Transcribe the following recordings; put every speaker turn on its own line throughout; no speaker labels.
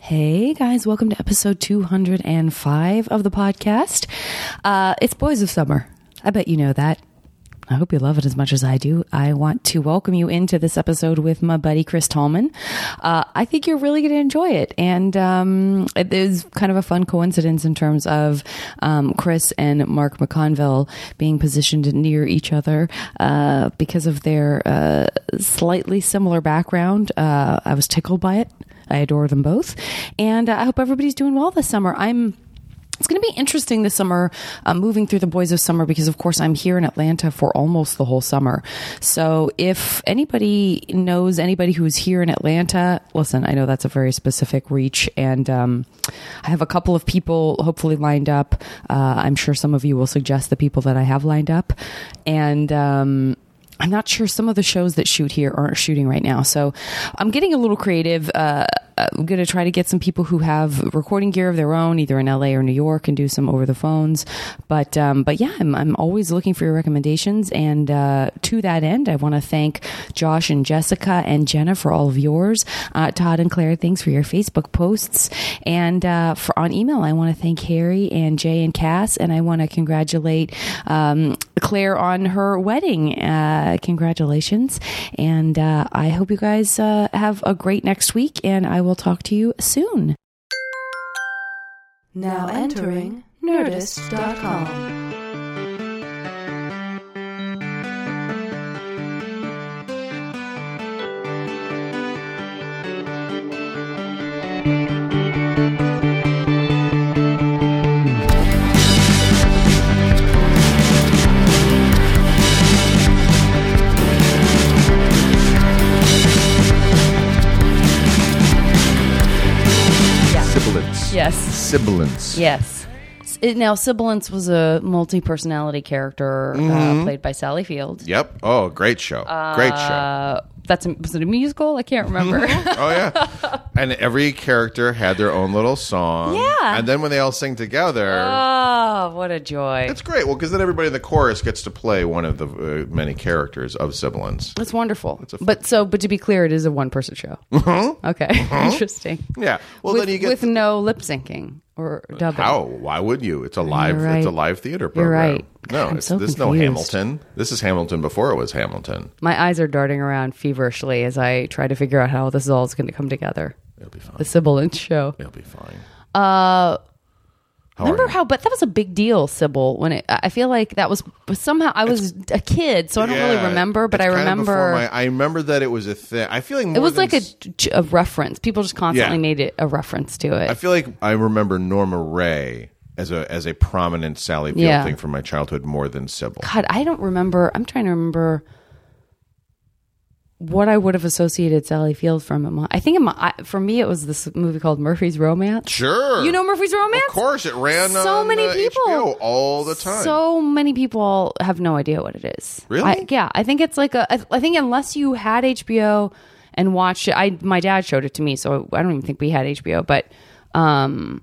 Hey guys, welcome to episode 205 of the podcast. Uh, it's Boys of Summer. I bet you know that. I hope you love it as much as I do. I want to welcome you into this episode with my buddy Chris Tallman. Uh, I think you're really going to enjoy it, and um, it is kind of a fun coincidence in terms of um, Chris and Mark McConville being positioned near each other uh, because of their uh, slightly similar background. Uh, I was tickled by it. I adore them both, and uh, I hope everybody's doing well this summer. I'm it's going to be interesting this summer, uh, moving through the Boys of Summer, because of course I'm here in Atlanta for almost the whole summer. So if anybody knows anybody who's here in Atlanta, listen, I know that's a very specific reach, and um, I have a couple of people hopefully lined up. Uh, I'm sure some of you will suggest the people that I have lined up, and. Um, I'm not sure some of the shows that shoot here aren't shooting right now. So I'm getting a little creative. Uh, I'm going to try to get some people who have recording gear of their own, either in LA or New York, and do some over the phones. But um, but yeah, I'm, I'm always looking for your recommendations. And uh, to that end, I want to thank Josh and Jessica and Jenna for all of yours. Uh, Todd and Claire, thanks for your Facebook posts. And uh, for on email, I want to thank Harry and Jay and Cass. And I want to congratulate um, Claire on her wedding. Uh, congratulations. And uh, I hope you guys uh, have a great next week. And I will talk to you soon.
Now entering Nerdist.com.
Sibilance.
Yes.
Sibilance.
Yes. S- it- Now, Sibilance was a multi personality character uh, played by Sally Field.
Yep. Oh, great show. great show.
Uh, that's a, was it a musical? I can't remember.
Oh yeah. and every character had their own little song.
Yeah.
And then when they all sing together,
oh, what a joy!
it's great. Well, because then everybody in the chorus gets to play one of the uh, many characters of Sibilance.
It's wonderful. but so, but to be clear, it is a one person show. Okay, interesting.
Yeah. Uh-huh. Well,
with
then you get Uh,
with no lip syncing or dubbing.
how? Why would you? It's a live.
right.
It's a live theater
You're
program.
right. God,
No,
I'm
it's,
so
this is no
confused.
Hamilton. This is Hamilton before it was Hamilton.
My eyes are darting around feverishly as I try to figure out how this is all is going to come together.
It'll be fine.
The Sibilance show.
It'll be fine.
Uh,
How are
remember
you?
how? But that was a big deal, Sybil. When it, I I feel like that was but somehow I was a kid, so I don't really
Yeah,
remember. But
it's
I
kinda before
remember
my- I remember that it was a thing. I feel like more
it was
than
like a,
s-
a reference. People just constantly
Yeah.
made it a reference to it.
I feel like I remember Norma Ray as a as a prominent Sally Field
Yeah.
thing from my childhood more than Sybil.
God, I don't remember. I'm trying to remember what I would have associated Sally Field from. it. I think in my, I, for me, it was this movie called Murphy's Romance.
Sure,
You know Murphy's Romance?
Of course, it ran
So
on,
many
uh,
people.
HBO all the time.
So many people have no idea what it is.
Really?
I, yeah, I think it's like a. I, I think unless you had HBO and watched it, I my dad showed it to me, so I don't even think we had HBO, but. um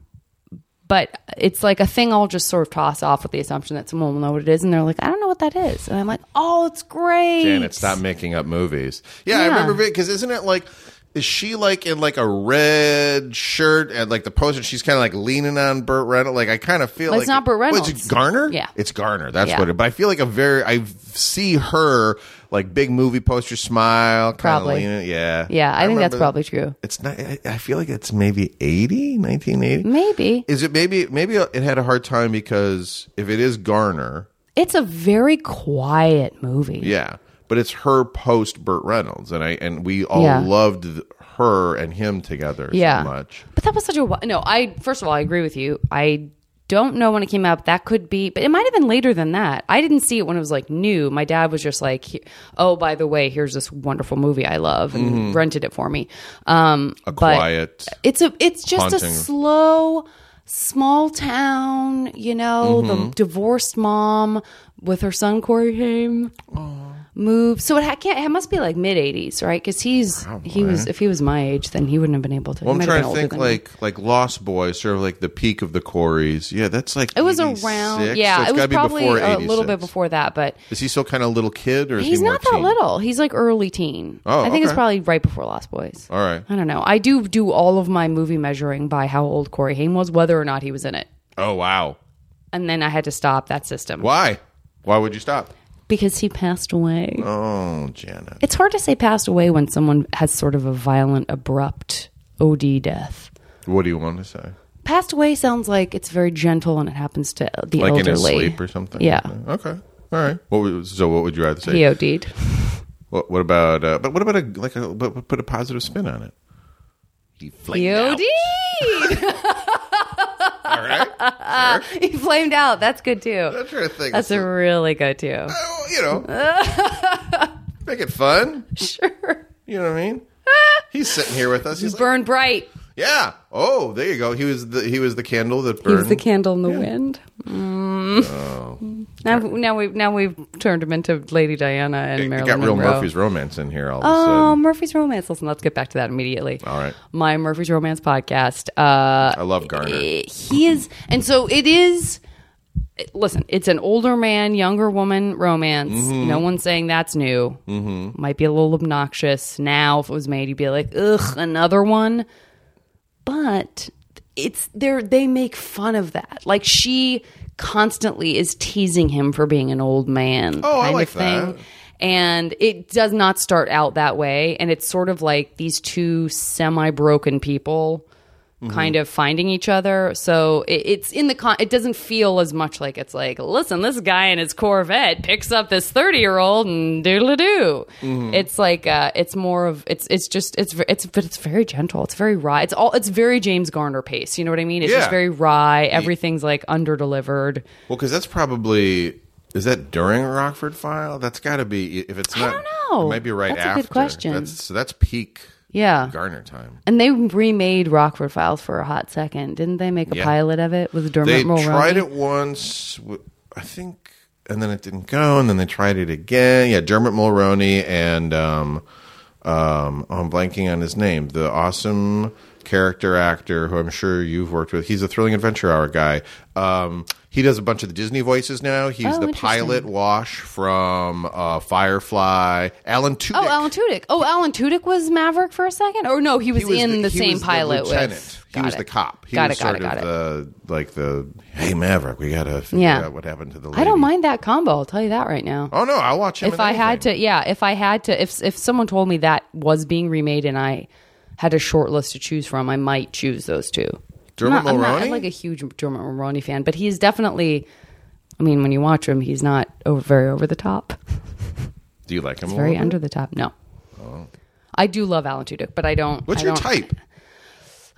but it's like a thing I'll just sort of toss off with the assumption that someone will know what it is, and they're like, "I don't know what that is," and I'm like, "Oh, it's great."
Janet, stop making up movies. Yeah, I
Yeah.
remember because isn't it like? Is she like in like a red shirt and like the poster? She's kind of like leaning on Burt Reynolds. Like I kind of feel
But
like
it's not Burt
Well, it's
Reynolds.
Garner.
Yeah.
it's Garner. That's
Yeah.
what. it But I feel like a very. I see her like big movie poster smile. kinda
Probably.
leaning. Yeah.
Yeah, I, think that's
remember that.
probably true.
It's not. I, I feel like it's maybe 80, 1980.
Maybe
Is it maybe? Maybe it had a hard time because if it is Garner,
it's a very quiet movie.
yeah, but it's her post Burt Reynolds, and I and we all
Yeah.
loved th- her and him together
Yeah.
so much.
But that was such a wh- no. I first of all, I agree with you. I don't know when it came out. That could be, but it might have been later than that. I didn't see it when it was like new. My dad was just like, he- "Oh, by the way, here's this wonderful movie I love," and rented it for me. Um,
Mm-hmm. A
but
quiet.
it's a it's just a
Haunting.
slow small
Mm-hmm.
town. You know, the divorced mom with her son Corey Haim. moved. So it, ha- can't, it must be like mid 80s, right? Because he's he was if he was my age, then he wouldn't have been able to. He
Well, I'm
might have
trying
been older
to think
than me.
like like Lost Boy, sort of like the peak of the Corys. Yeah, that's like
it was
86,
around.
so
Yeah,
it's
it was
gotta be
probably
before
a little bit
86.
before that, but
Is he still kind of a little kid, or is
he's
he more
not that
teen?
little. He's like early teen.
Oh,
I think it's
okay.
probably right before Lost Boys.
All right.
I don't know. I do do all of my movie measuring by how old Corey Haim was, whether or not he was in it.
Oh wow.
And then I had to stop that system
Why? Why would you stop?
because he passed away.
Oh, Janet.
It's hard to say passed away when someone has sort of a violent, abrupt OD death.
What do you want to say?
Passed away sounds like it's very gentle and it happens to the
Like in his
elderly.
sleep or something?
Yeah.
Okay. All right. What would, so what would you rather say?
He OD'd.
What, what about? Uh, but what about a like a but but put a positive spin on it? He
He
flamed out.
OD'd.
All right. Sure.
he flamed out. That's good too.
That's your thing.
That's a really good too.
Oh, you know. make it fun.
Sure.
You know what I mean? He's sitting here with us. He's like,
Burn bright.
yeah. Oh, there you go. He was the he was the candle that
He
burned.
was the candle in the wind. Mm. Now, now we've now we've turned him into Lady Diana and
You
Marilyn
got real
Monroe.
Murphy's romance in here all of a
Oh,
sudden.
Murphy's Romance. Listen, let's get back to that immediately.
All right.
My Murphy's Romance podcast. Uh,
I love Garner.
he is, and so it is. Listen, it's an older man, younger woman romance.
Mm-hmm.
No one's saying that's new. Mm-hmm. Might be a little obnoxious now. If it was made, you'd be like, ugh, another one. But it's they they make fun of that. Like she constantly is teasing him for being an old man.
Oh, I
kind
like
of thing.
that.
And it does not start out that way. And it's sort of like these two semi broken people kind of finding each other. So it, it's in the con, it doesn't feel as much like it's like, listen, this guy in his Corvette picks up this 30 year old and doodle doo. It's like, uh, it's more of, it's, it's just, it's, ve- it's, but it's very gentle. It's very wry. It's all, it's very James Garner pace. You know what I mean? It's
Yeah.
just very wry. Everything's like under delivered.
Well, because that's probably is that during Rockford File? That's got to be if it's not.
don't know.
It might be right
That's a
after.
good question. Oh.
That's, so that's peak
Yeah.
Garner time.
And they remade Rockford Files for a hot second, didn't they? Make a
Yeah.
pilot of it with Dermot
They
Mulroney.
tried it once, w- I think, and then it didn't go, and then they tried it again. Yeah, Dermot Mulroney and um, um, I'm blanking on his name, the awesome character actor who I'm sure you've worked with. He's a Thrilling Adventure Hour guy. Um, he does a bunch of the Disney voices now. He's
Oh,
the
interesting.
pilot Wash from uh, Firefly. Alan Tudyk.
Oh, Alan Tudyk. Oh, Alan Tudyk was Maverick for a second, or no, he was,
He was
in the,
he
same
was
pilot
lieutenant.
with.
He
Got
was
it.
the cop. He
got it.
was
Got it.
sort
Got it.
of the like the hey Maverick, we gotta figure
Yeah.
out what happened to the. Lady.
I don't mind that combo. I'll tell you that right now.
Oh no, I'll watch him.
if I had to, yeah, if I had to, if if someone told me that was being remade and I had a short list to choose from, I might choose those two.
Dermot
I'm not, I'm not- I'm
Mulroney?
like a huge Dermot Mulroney fan, but he's definitely. I mean, when you watch him, he's not over, very over the top,
do you like him? a
very
little bit?
under the top. No, I do love Alan Tudyk, but I don't.
Oh. What's
I
your
don't-
type?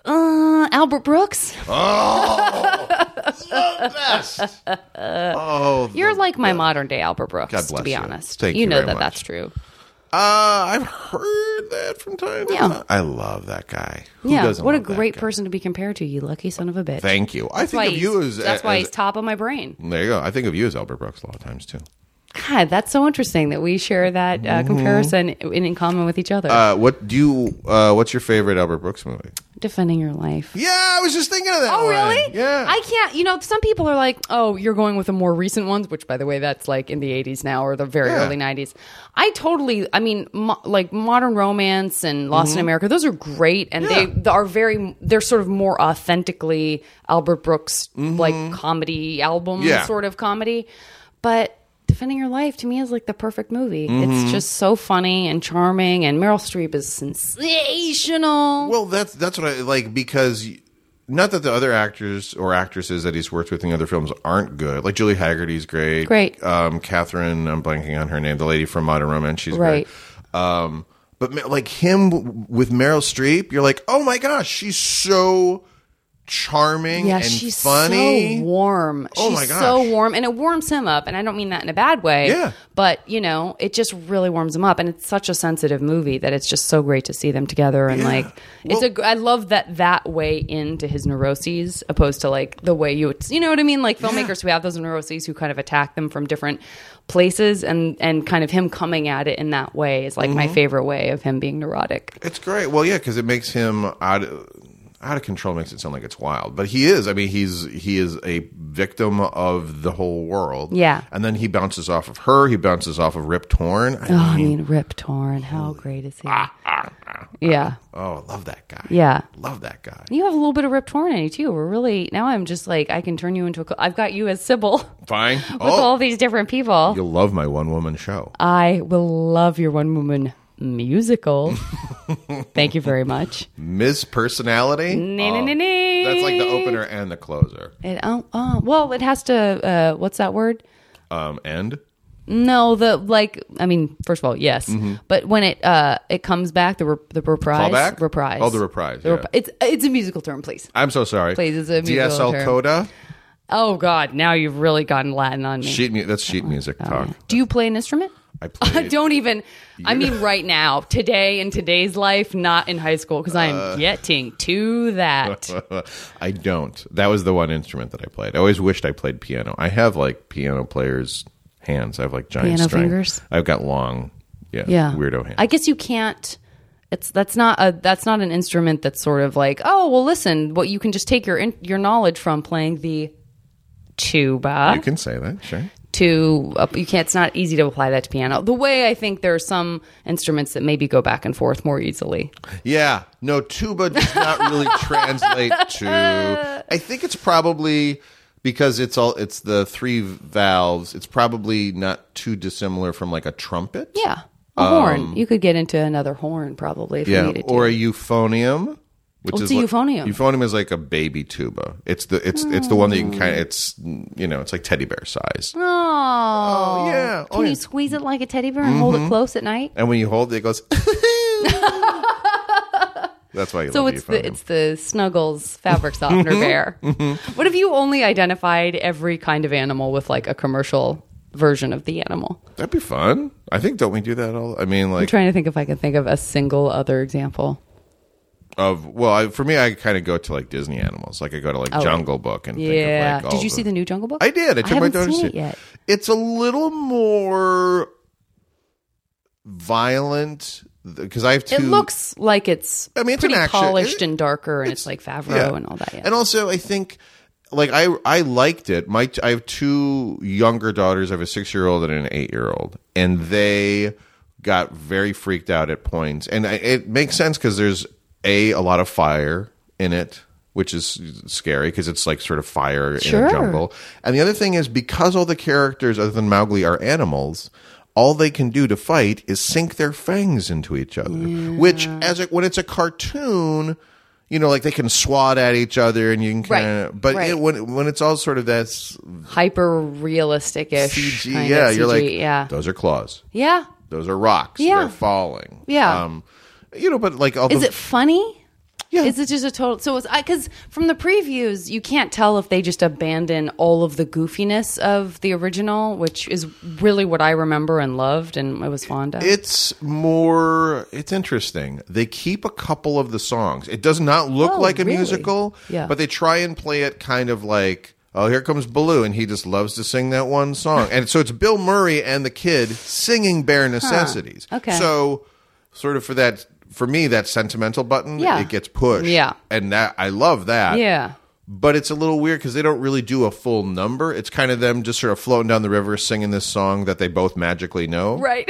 Uh-huh.
Uh, Albert Brooks.
Best. Oh,
You're like my modern day Albert Brooks,
God bless
to be
you.
honest.
Thank
you,
you
know
very
that
much.
that's true.
uh, I've heard that from time to
Yeah.
time. I love that guy. Who
yeah.
doesn't
What a
love that
great
guy?
person to be compared to, you lucky son of a bitch.
Thank you. I
that's why
think of
he's,
you as
that's why
as-
he's top of my brain.
There you go. I think of you as Albert Brooks a lot of times too.
God, that's so interesting that we share that uh, comparison in, in common with each other.
Mm-hmm. Uh, what do you? Uh, what's your favorite Albert Brooks movie?
Defending your life.
Yeah, I was just thinking of that.
Oh
one.
really?
Yeah.
I can't. You know, some people are like, "Oh, you're going with the more recent ones," which, by the way, that's like in the '80s now or the very
Yeah.
early '90s. I totally. I mean, mo- like modern romance and Lost in America. Those are great, and they,
Mm-hmm. Yeah.
they are very. They're sort of more authentically Albert Brooks like comedy album
Mm-hmm. Yeah.
sort of comedy, but. Defending Your Life to me is like the perfect movie.
Mm-hmm.
It's just so funny and charming, and Meryl Streep is sensational.
Well, that's that's what I like because y- not that the other actors or actresses that he's worked with in other films aren't good. Like Julie Haggerty's great.
Great.
Um, Catherine, I'm blanking on her name, the lady from Modern Romance. She's
Right.
great. Um, but ma- like him w- with Meryl Streep, you're like, oh my gosh, she's so charming
Yeah,
and
she's
funny.
so warm.
Oh
she's
my gosh.
so warm, and it warms him up. And I don't mean that in a bad way.
Yeah.
But you know, it just really warms him up, and it's such a sensitive movie that it's just so great to see them together. And
Yeah.
like, it's
Well-
a. gr- I love that that way into his neuroses, opposed to like the way you, would- you know what I mean? Like filmmakers who have those neuroses who kind of attack them from different places, and and kind of him coming at it in that way is like
Mm-hmm.
my favorite way of him being neurotic.
It's great. Well, yeah, because it makes him out out of control. Makes it sound like it's wild, but he is. I mean, he's he is a victim of the whole world.
Yeah.
and then he bounces off of her. He bounces off of Rip Torn. I
Oh, I
mean,
mean, Rip Torn, how great is he? yeah.
oh, love that guy.
Yeah.
love that guy.
You have a little bit of Rip Torn in you too. We're really now. I'm just like I can turn you into a. I've got you as Sybil with
Fine.
all
Oh,
these different people.
you'll love my one woman show.
I will love your one woman musical. Thank you very much.
Miss Personality.
Nee,
Oh,
nee, nee, nee.
That's like the opener and the closer.
It, oh, oh, well, it has to. Uh, what's that word?
Um, and
No, the like. I mean, first of all, yes.
Mm-hmm.
But when it uh, it comes back, the re- the reprise,
Callback?
reprise.
Oh, the reprise,
The
yeah.
it's it's a musical term, please.
I'm so sorry.
Please, it's a musical
DSL
term.
Coda.
Oh God, now you've really gotten Latin on me.
Sheet mu- that's sheet music talk.
Do you Oh, play an instrument?
I played.
Don't even. I mean, right now, today, in today's life, not in high school, because I am
Uh.
getting to that.
I don't. That was the one instrument that I played. I always wished I played piano. I have like piano players' hands. I have like giant
Piano
string.
fingers?
I've got long, yeah,
Yeah,
weirdo hands.
I guess you can't. It's that's not a that's not an instrument that's sort of like oh well listen what you can just take your in, your knowledge from playing the tuba
you can say that, sure.
to uh, you can't it's not easy to apply that to piano the way I think there are some instruments that maybe go back and forth more easily
Yeah, no, tuba does not really translate to. I think it's probably because it's all it's the three valves. It's probably not too dissimilar from like a trumpet.
yeah a horn you could get into another horn probably if you
Um, Yeah,
needed to.
or a euphonium, which
What's
is
a
like-
euphonium?
Euphonium is like a baby tuba. It's the it's it's the one that you can kind of it's you know it's like teddy bear size.
Oh, Can
yeah. Oh,
you
yeah. Mm-hmm.
squeeze it like a teddy bear and hold it close at night?
And when you hold it, it goes. That's why you
So
love
it's
euphonium.
the it's the snuggles fabric softener
Mm-hmm.
bear. What if you only identified every kind of animal with like a commercial version of the animal?
That'd be fun. I think don't we do that all? I mean,
I'm
like
trying to think if I can think of a single other example.
of well, I, for me, I kind of go to like Disney animals. Like I go to like Jungle Book and
Oh, Yeah.
Think of, like, all
Did you see the new Jungle Book?
I did. I took my
haven't
daughter
seen
to
it
see
yet.
It's a little more violent because I have two.
It looks like it's
I mean, it's an
pretty
action-
polished
it-
and darker, and it's, like Favreau
yeah.
and all that. Yeah.
And also, I think like I I liked it. My I have two younger daughters. I have a six year old and an eight year old, and they got very freaked out at points. And I, it makes sense because there's a a lot of fire in it. Which is scary because it's like sort of fire in
Sure.
a jungle. And the other thing is because all the characters other than Mowgli are animals, all they can do to fight is sink their fangs into each other. Which, as it, when it's a cartoon, you know, like they can swat at each other and you can
Right,
kind of, but
right.
it, when when it's all sort of that s-
Hyper realistic ish.
CG, yeah, you're like,
yeah,
those are claws,
yeah.
those are rocks,
Yeah.
they're falling,
Yeah.
um, you know, but like all
Is
the,
it funny?
Yeah.
Is it just a total? So it's because from the previews, you can't tell if they just abandon all of the goofiness of the original, which is really what I remember and loved and I was fond of.
It's more. It's interesting. They keep a couple of the songs. It does not look
Oh,
like a
really?
musical,
Yeah.
but they try and play it kind of like, oh, here comes Baloo, and he just loves to sing that one song. and so it's Bill Murray and the kid singing Bare Necessities.
Okay.
So, sort of for that, for me, that sentimental button,
Yeah.
it gets pushed.
Yeah.
And that I love that
yeah.
but it's a little weird because they don't really do a full number. It's kind of them just sort of floating down the river singing this song that they both magically know.
Right.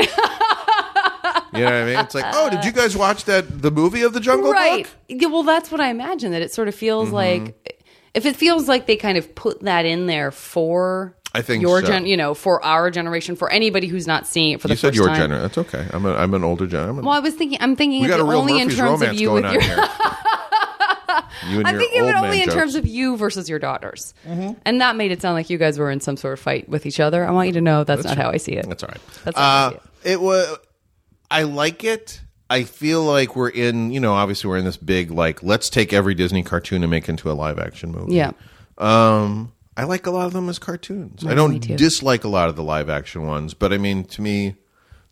You know what I mean? It's like, oh, did you guys watch that the movie of the Jungle Mm-hmm.
right.
Book?
Yeah, well, that's what I imagine that it sort of feels like. If it feels like they kind of put that in there for
I think
your
so.
gen, you know, for our generation, for anybody who's not seeing it for the
You said
first
your
time.
generation. That's okay. I'm, a, I'm an older generation.
Well, I was thinking. I'm thinking
we
of
got
it
a real
only
Murphy's
in terms
romance
of you
going
with
on
your.
here. you and
I'm
your
thinking of
old
it
man
only in
jokes.
terms of you versus your daughters. And that made it sound like you guys were in some sort of fight with each other. I want you to know that's, not how I see it.
That's all right.
That's not how I see
Uh, it was. I like it. I feel like we're in, you know, obviously we're in this big like let's take every Disney cartoon and make into a live action movie.
Yeah.
Um I like a lot of them as cartoons. I
me
don't
too.
dislike a lot of the live action ones, but I mean to me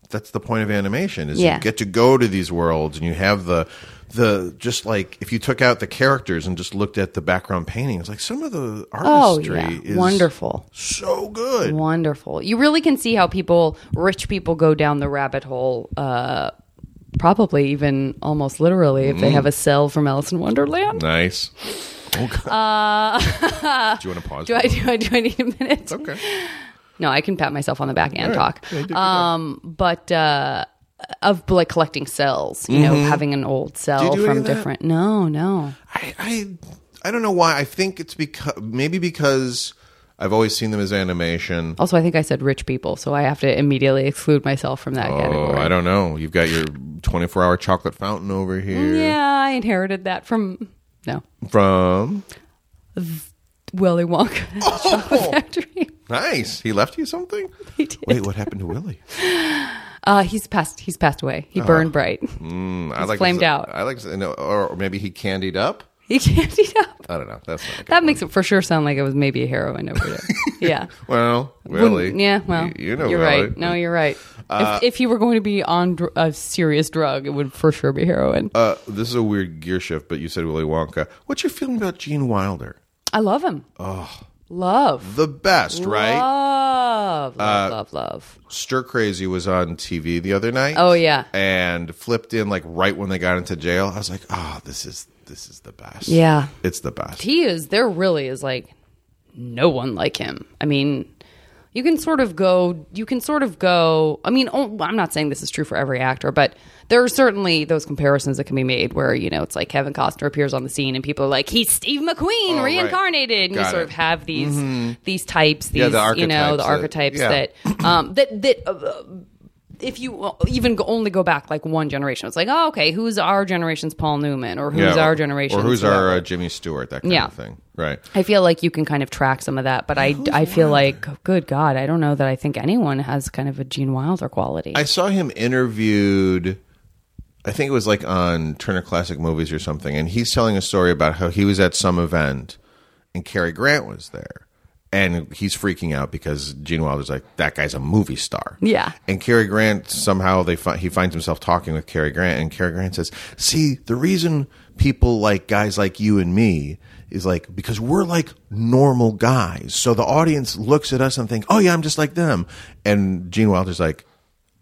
that's the point of animation is
Yeah.
you get to go to these worlds and you have the the just like if you took out the characters and just looked at the background paintings, like some of the
Oh,
artistry
yeah.
is
Wonderful.
so good.
Wonderful. You really can see how people, rich people, go down the rabbit hole. Uh, probably even almost literally if
Mm.
they have a cell from Alice in Wonderland.
Nice. Oh, God. do you want to pause?
Uh, Do I do I do I need a minute?
okay.
No, I can pat myself on the back and
All right.
talk.
Yeah, do- do
Um, but uh, of like collecting cells, you know, having an old cell
Mm-hmm. do any
from
of that?
different. No, no.
I, I I don't know why. I think it's because maybe because I've always seen them as animation.
Also, I think I said rich people, so I have to immediately exclude myself from that
Oh,
category.
I don't know. You've got your 24 hour chocolate fountain over here
Yeah, I inherited that from no
from.
Willy Wonka
Oh.
Chocolate Factory.
Nice. He left you something?
He did.
Wait, what happened to Willie?
Uh, he's passed. He's passed away. He burned bright.
Uh-huh. Mm, I like
flamed
to, say-
out.
I like to say, no, or or maybe he candied up.
He can't eat up.
I don't know. That's not good.
That makes it for sure sound like it was maybe a heroin overdose. yeah.
well, Willie.
Wouldn't- Yeah, well,
y- you, know, Uh,
you're
Willie.
right. No, you're right. if, if he were going to be on dr- a serious drug, it would for sure be heroin.
Uh, this is a weird gear shift, but you said Willy Wonka. What's your feeling about Gene Wilder?
I love him. Oh, love,
The best, right? Uh,
love, love, love, love.
Stir Crazy was on TV the other night.
Oh, yeah.
and flipped in like right when they got into jail. I was like, oh, this is this is the best.
Yeah.
it's the best.
He is. There really is like no one like him. I mean, you can sort of go. You can sort of go. I mean, oh, I'm not saying this is true for every actor, but there are certainly those comparisons that can be made where you know it's like Kevin Costner appears on the scene and people are like, he's Steve McQueen
Oh, right.
reincarnated, and
Got
you sort
it. Mm-hmm.
of have these these types, these
Yeah, the
you know
archetypes
the
that-
archetypes
yeah.
that um, that that. Uh, if you even go, only go back like one generation, it's like, oh, okay, who's our generation's Paul Newman, or who's
Yeah,
our generation's
or who's our
whoever?
uh, Jimmy Stewart? That kind
Yeah.
of thing, right?
I feel like you can kind of track some of that, but I, I feel like, good God, I don't know that I think anyone has kind of a Gene Wilder quality.
I saw him interviewed. I think it was like on Turner Classic Movies or something, and he's telling a story about how he was at some event and Cary Grant was there, and he's freaking out because Gene Wilder's like that guy's a movie star.
Yeah.
and Cary Grant somehow they fi- he finds himself talking with Cary Grant, and Cary Grant says, "See, the reason people like guys like you and me." Is like because we're like normal guys, so the audience looks at us and think, "Oh yeah, I'm just like them." And Gene Wilder's like,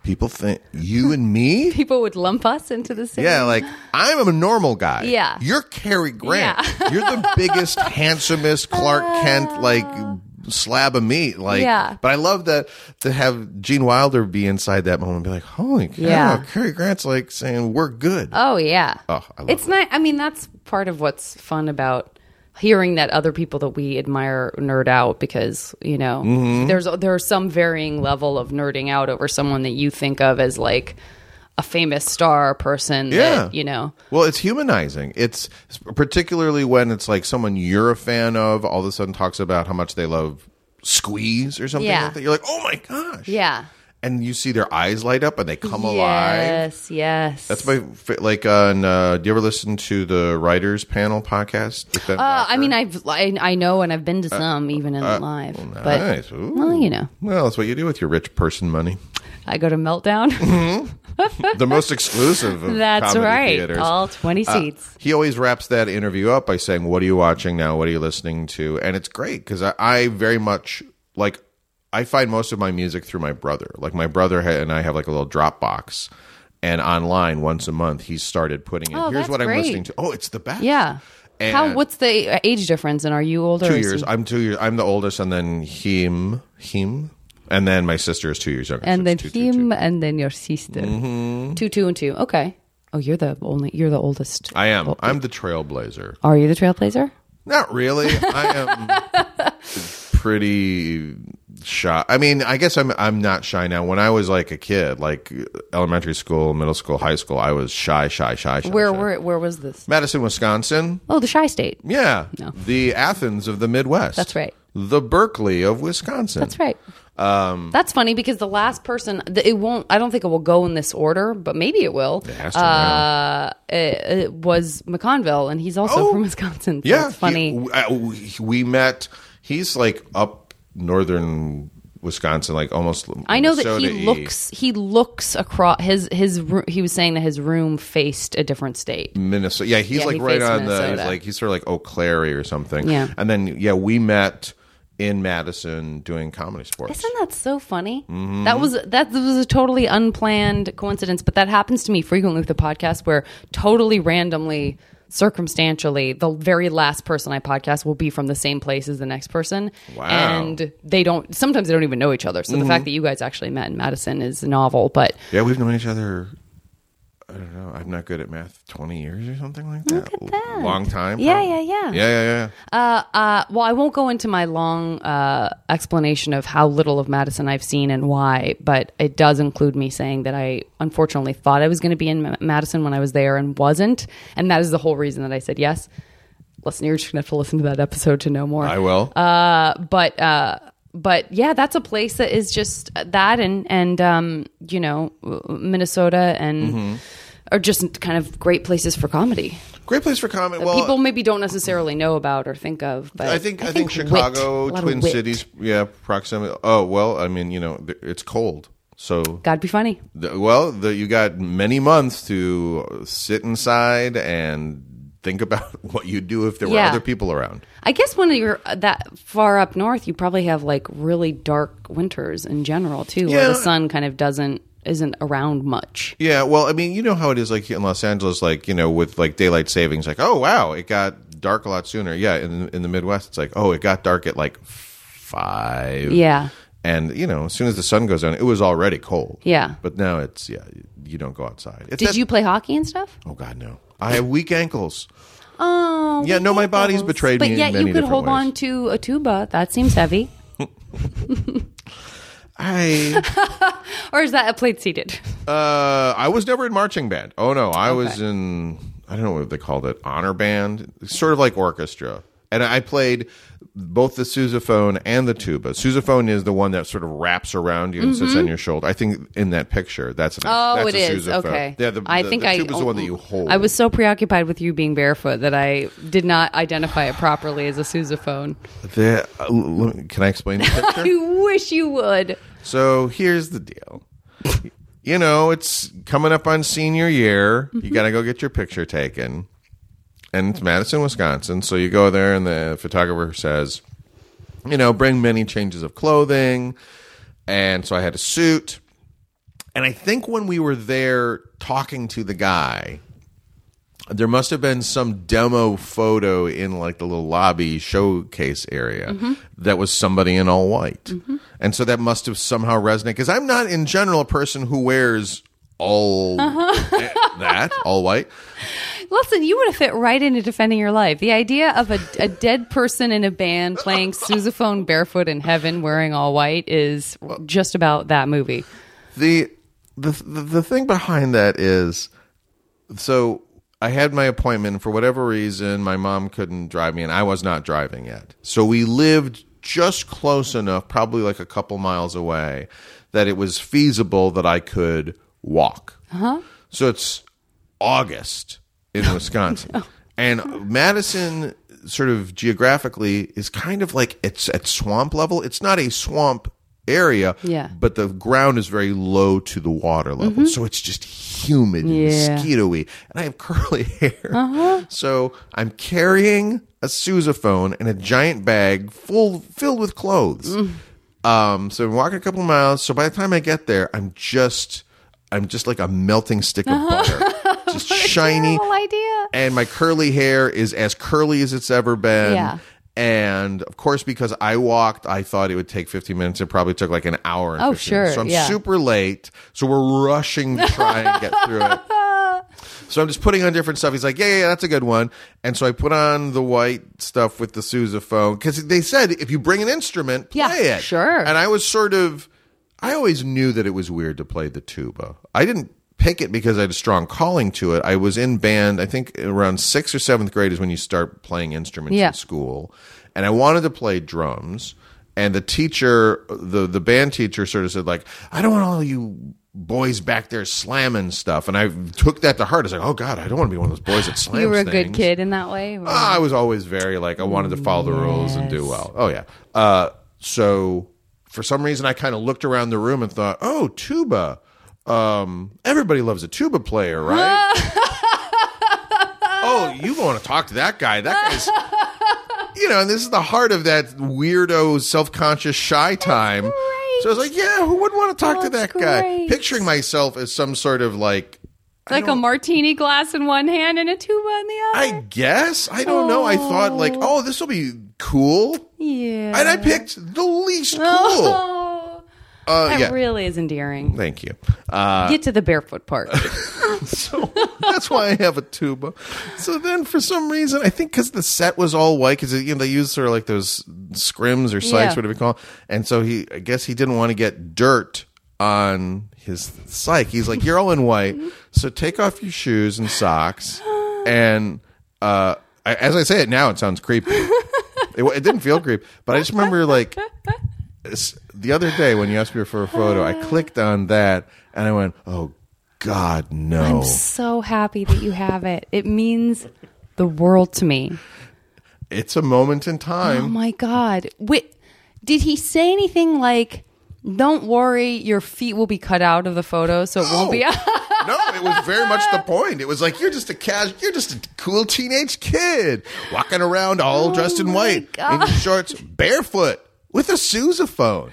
People think you and me?
People would lump us into the same.
Yeah, like I'm a normal guy.
Yeah.
You're Cary Grant. You're the biggest, handsomest Clark Kent like slab of meat. Like
Uh. Yeah.
but I love that to have Gene Wilder be inside that moment and be like, Holy cow,
Yeah.
Cary Grant's like saying, We're good.
Oh yeah.
Oh, I love
it's not. I mean, that's part of what's fun about hearing that other people that we admire nerd out because you know
Mm-hmm.
there's there's some varying level of nerding out over someone that you think of as like a famous star person.
Yeah.
That, you know.
Well, it's humanizing. It's particularly when it's like someone you're a fan of all of a sudden talks about how much they love squeeze or something
Yeah.
like that. You're like, Oh my gosh.
Yeah.
And you see their eyes light up and they come alive.
Yes. Yes.
That's my fa- like on. Uh, do you ever listen to the writers panel podcast? with Ben
Uh, I
Walker?
mean, I've I, I know, and I've been to some even in live, but
Uh, nice. Ooh.
well, you know,
Well, that's what you do with your rich person money.
I go to Meltdown.
The most exclusive. Of
That's
comedy
right,
Theaters. Uh,
all twenty seats.
He always wraps that interview up by saying, "What are you watching now? What are you listening to?" And it's great because I, I very much like. I find most of my music through my brother. Like my brother ha- and I have like a little Dropbox, and online once a month he's started putting in.
Oh,
Here's
that's
what I'm
great.
listening to. Oh, it's the best.
yeah. How?
and-
What's the age difference? And are you older?
two
or is
years.
he-
I'm two years. I'm the oldest, and then him, him, and then my sister is two years younger.
and
so
then
it's two, two,
him,
two. Mm-hmm.
and then your sister. Two, two, and two. Okay. Oh, you're the only. You're the oldest.
I am. I'm the trailblazer.
are you the trailblazer?
Not really. I am pretty shy. I mean, I guess I'm. I'm not shy now. When I was like a kid, like elementary school, middle school, high school, I was shy, shy, shy, shy.
Where
shy.
were? Where was this?
Madison, Wisconsin.
Oh, the shy state.
Yeah,
No.
the Athens of the Midwest.
That's right.
The Berkeley of Wisconsin.
That's right.
Um,
That's funny because the last person, th- it won't. I don't think it will go in this order, but maybe it will. It
has to,
uh, it, it was McConville, and he's also
Oh.
from Wisconsin. so
yeah,
it's funny.
he- I- we- we met. He's like up northern Wisconsin, like almost.
I know that he
Minnesota-y.
looks. He looks across his his. roo- He was saying that his room faced a different state.
Minnesota. Yeah, he's
Yeah,
like
he
right
faced
on the.
Minnesota.
He's like he's sort of like Eau Claire or something.
Yeah.
and then yeah, we met in Madison doing comedy sports.
Isn't that so funny? That was that was a totally unplanned coincidence, but that happens to me frequently with the podcast, where totally randomly, circumstantially, the very last person I podcast will be from the same place as the next person,
Wow.
and they don't. Sometimes they don't even know each other. So the fact that you guys actually met in Madison is novel, but
Yeah, we've known each other. I don't know. I'm not good at math. Twenty years or something like that. L- Long time.
Yeah,
probably.
yeah, yeah.
Yeah, yeah, yeah.
Uh, uh, well, I won't go into my long uh, explanation of how little of Madison I've seen and why, but it does include me saying that I unfortunately thought I was going to be in M- Madison when I was there and wasn't, and that is the whole reason that I said yes. Listen, you're just going to have to listen to that episode to know more.
I will.
but uh, but yeah, that's a place that is just that and and um, you know Minnesota and are just kind of great places for comedy.
Great place for comment.
that
Well,
people maybe don't necessarily know about or think of. But
I think I, think,
wit, a
Chicago,
lot of
Twin
wit.
Cities, yeah, proximity. Oh well, I mean, you know, th- it's cold, so
God be funny.
The, well, the, you got many months to sit inside and think about what you'd do if there were
Yeah.
other people around.
I guess when you're uh, that far up north, you probably have like really dark winters in general too, where
Yeah.
the sun kind of doesn't isn't around much.
Yeah, well, I mean, you know how it is, like here in Los Angeles, like you know, with like daylight savings, like oh wow, it got dark a lot sooner. Yeah, in in the Midwest, it's like oh, it got dark at like five.
Yeah.
And you know, as soon as the sun goes down, it was already cold.
Yeah.
But now it's yeah, you don't go outside. It's
Did
that-
you play hockey and stuff?
Oh God, no! I have weak ankles.
Oh,
Yeah, no, my body's
ankles.
betrayed
but
me in
yet
many
you could
different
hold
ways.
on to a tuba. That seems heavy.
I
Or is that a plate seated?
Uh, I was never in marching band. Oh no, I was in I don't know what they called it, honor band, sort of like orchestra. And I played both the sousaphone and the tuba. Sousaphone is the one that sort of wraps around you and sits on your shoulder. I think in that picture, that's an,
Mm-hmm. Oh,
that's
it
a
is
sousaphone.
okay.
Yeah, the,
I
the-
think
the
I
tuba's the one that you hold.
I was so preoccupied with you being barefoot that I did not identify it properly as a sousaphone.
The- uh, l- l- can I explain the picture?
I wish you would.
So here's the deal. you know, it's coming up on senior year. You got to go get your picture taken. And it's Madison, Wisconsin. So you go there, and the photographer says, you know, bring many changes of clothing. And so I had a suit. And I think when we were there talking to the guy, there must have been some demo photo in like the little lobby showcase area that was somebody in all white. And so that must have somehow resonated because I'm not in general a person who wears all that, all white.
Listen, you would have fit right into defending your life. The idea of a, a dead person in a band playing sousaphone barefoot in heaven wearing all white is just about that movie.
the the the thing behind that is so I had my appointment and for whatever reason my mom couldn't drive me and I was not driving yet. So we lived just close enough, probably like a couple miles away, that it was feasible that I could walk. Uh-huh. So it's August in Wisconsin. And Madison sort of geographically is kind of like it's at swamp level. It's not a swamp area,
Yeah.
but the ground is very low to the water level. So it's just humid and
Yeah.
mosquitoey. And I have curly hair. So I'm carrying a sousaphone and a giant bag full filled with clothes. Um, so I'm walking a couple of miles. So by the time I get there, I'm just I'm just like a melting stick of butter. just shiny.
Terrible idea.
And my curly hair is as curly as it's ever been.
Yeah.
And of course, because I walked, I thought it would take 15 minutes. It probably took like an hour. And
Oh,
15 minutes.
sure,
So I'm
yeah.
super late. So we're rushing to try and get through it. So I'm just putting on different stuff. He's like, yeah, yeah, yeah, that's a good one. And so I put on the white stuff with the sousaphone because they said if you bring an instrument, play
Yeah,
it.
sure.
And I was sort of, I always knew that it was weird to play the tuba. I didn't pick it because I had a strong calling to it. I was in band, I think around sixth or seventh grade is when you start playing instruments
Yeah.
in school. And I wanted to play drums. and the teacher, the the band teacher, sort of said like, "I don't want all you." Boys back there slamming stuff, and I took that to heart. I was like, "Oh God, I don't want to be one of those boys that slams."
You were a good
things.
kid in that way. or-
Ah, I was always very like I wanted to follow the rules and do well. Oh yeah. Uh, so for some reason, I kind of looked around the room and thought, "Oh, tuba. Um, everybody loves a tuba player, right?" oh, you want to talk to that guy? That guy's. You know, and this is the heart of that weirdo, self-conscious, shy time. So I was like, "Yeah, who wouldn't want to talk to
That's
that guy?"
great.
Picturing myself as some sort of like
like a martini glass in one hand and a tuba in the other.
I guess. I don't know. I thought like, oh, this will be cool.
yeah.
And I picked the least cool.
Oh,
Uh,
that
yeah.
really is endearing.
Thank you. Uh,
Get to the barefoot part.
so that's why I have a tuba. So then, for some reason, I think because the set was all white, because you know they use sort of like those scrims or sites,
Yeah.
whatever you call. It. And so he, I guess he didn't want to get dirt on his psyche. He's like, "You're all in white, so take off your shoes and socks." And uh, I, as I say it now, it sounds creepy. It, wa- it didn't feel creepy, but I just remember like s- the other day when you asked me for a photo, I clicked on that and I went, "Oh God, no!"
I'm so happy that you have it. It means the world to me.
it's a moment in
Oh
time.
my god. Wait, did he say anything like don't worry, your feet will be cut out of the photo, so it won't
Oh.
be out.
no, it was very much the point. It was like you're just a cash, you're just a cool teenage kid walking around all dressed in
Oh my
white
God.
in shorts, barefoot with a sousaphone.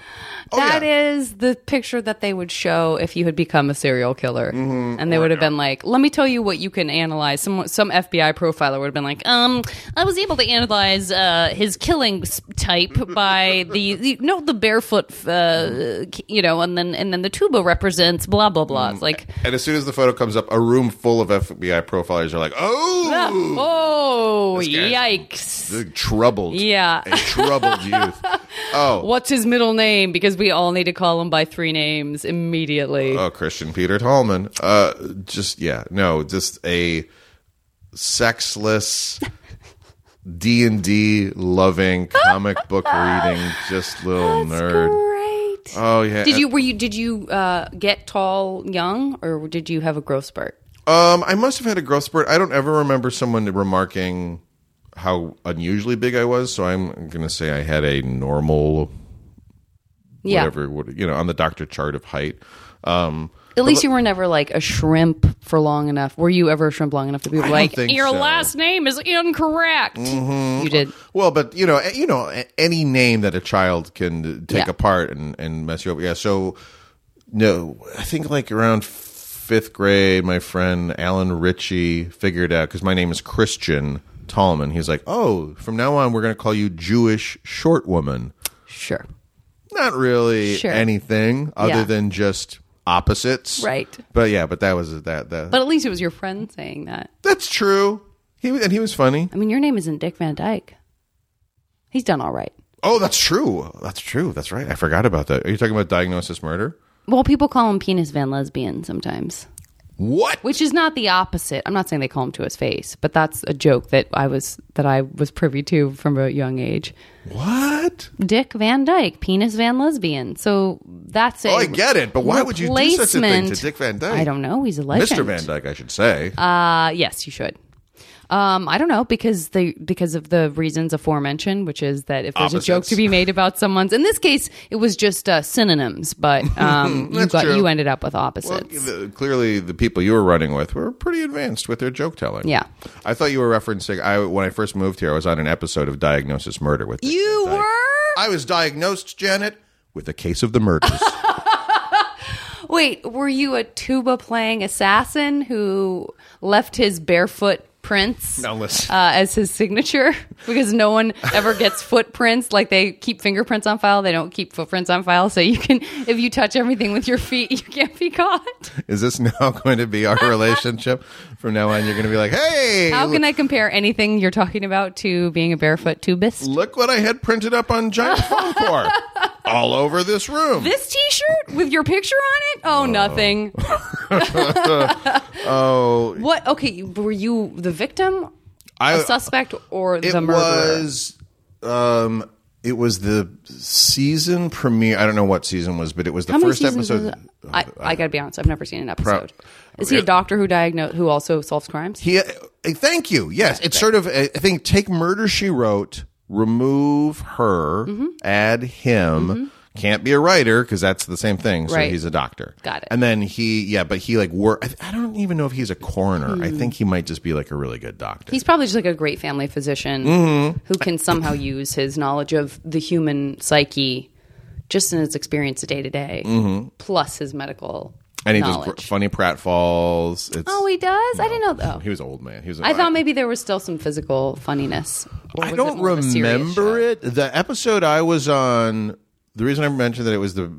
Oh
That is
yeah.
the picture that they would show if you had become a serial killer.
Mm-hmm.
And they
Oh,
would have been like, let me tell you what you can analyze. Some, some FBI profiler would have been like, um, I was able to analyze uh, his killing s- type by the, the no, the barefoot, uh, k- you know, and then and then the tuba represents blah, blah, blah.
Mm.
It's like,
And as soon as the photo comes up, a room full of FBI profilers are like, "Oh,
oh,
guy's-
yikes.
the troubled,
Yeah.
a troubled youth." Oh,
What's his middle name? Because we all need to call him by three names immediately.
Oh, Christian Peter Tallman. Uh, just yeah, no, just a sexless D and D loving comic book reading, just little nerd.
Great.
Oh yeah.
Did you were you did you uh, get tall young or did you have a growth spurt?
Um, I must have had a growth spurt. I don't ever remember someone remarking how unusually big I was, so I'm gonna say I had a normal,
Yeah.
whatever, what, you know, on the doctor chart of height. Um,
At least you were never like a shrimp for long enough. Were you ever a shrimp long enough to be
don't
like
think
your
so." Mm-hmm.
last name is incorrect? You did.
Well, but you know, a- you know, a- any name that a child can take
Yeah.
apart and, and mess you up. Yeah. So, no, I think like around fifth grade, my friend Alan Ritchie figured out because my name is Christian Tallman. He's like, oh, from now on, we're going to call you Jewish Short Woman.
Sure.
Not really
Sure.
anything other
Yeah.
than just opposites,
Right.
But yeah, but that was that. that
But at least it was your friend saying that.
that's true. He was- and he was funny.
I mean, your name isn't Dick Van Dyke. He's done all right.
Oh, that's true. That's true. That's right. I forgot about that. Are you talking about diagnosis murder?
Well, people call him penis van lesbian sometimes.
What?
which is not the opposite. I'm not saying they call him to his face, but that's a joke that I was that I was privy to from a young age.
What?
Dick Van Dyke, penis van lesbian. So that's it.
Oh, I get it, but why would you do such a thing to Dick Van Dyke?
I don't know. He's a legend,
Mr. Van Dyke, I should say.
Uh, yes, you should. Um, I don't know because they because of the reasons aforementioned, which is that if there's
Opposites.
a joke to be made about someone's, in this case, it was just uh, synonyms, but um, you
That's
got
true.
you ended up with
Well,
opposites.
Uh, the- clearly, the people you were running with were pretty advanced with their joke telling.
Yeah.
I thought you were referencing. I when I first moved here, I was on an episode of Diagnosis Murder with. Dick
you
Van Dyke.
were.
I was diagnosed, Janet, with a case of the murders.
Wait, were you a tuba playing assassin who left his barefoot prints
Now listen.
uh, as his signature? Because no one ever gets footprints. Like they keep fingerprints on file, they don't keep footprints on file. So you can, if you touch everything with your feet, you can't be caught.
Is this now going to be our relationship from now on? You're going to be like, hey,
How can I compare anything you're talking about to being a barefoot tubist?
look what I had printed up on giant foam core all over this room.
This T-shirt with your picture on it? Oh, nothing.
oh,
What? Okay, were you the victim,
I
a suspect, or
it
the murderer?
was um It was the season premiere. I don't know what season was, but it was the
How many
first
seasons
episode.
is it? I, I gotta be honest. I've never seen an episode. is he a
Yeah.
doctor who diagnosed who also solves crimes?
He, uh, thank you. Yes, it's sort of. uh, I think take Murder She Wrote, remove her,
Mm-hmm.
add him. Can't be a writer because that's the same thing. So
Right.
he's a doctor.
Got it.
And then he, yeah, but he like work. I, I don't even know if he's a coroner. I think he might just be like a really good doctor.
Hmm. He's probably just like a great family physician
Mm-hmm.
who can somehow use his knowledge of the human psyche, just in his experience day to day, plus his medical
Mm-hmm. and he
knowledge.
does gr- funny pratfalls. It's,
oh, he does. I didn't know oh. though.
he was an old man. He was. An,
I thought maybe there was still some physical funniness. Or
I
was
don't
more of a serious
remember
show?
it. The episode I was on, the reason I mentioned that it was the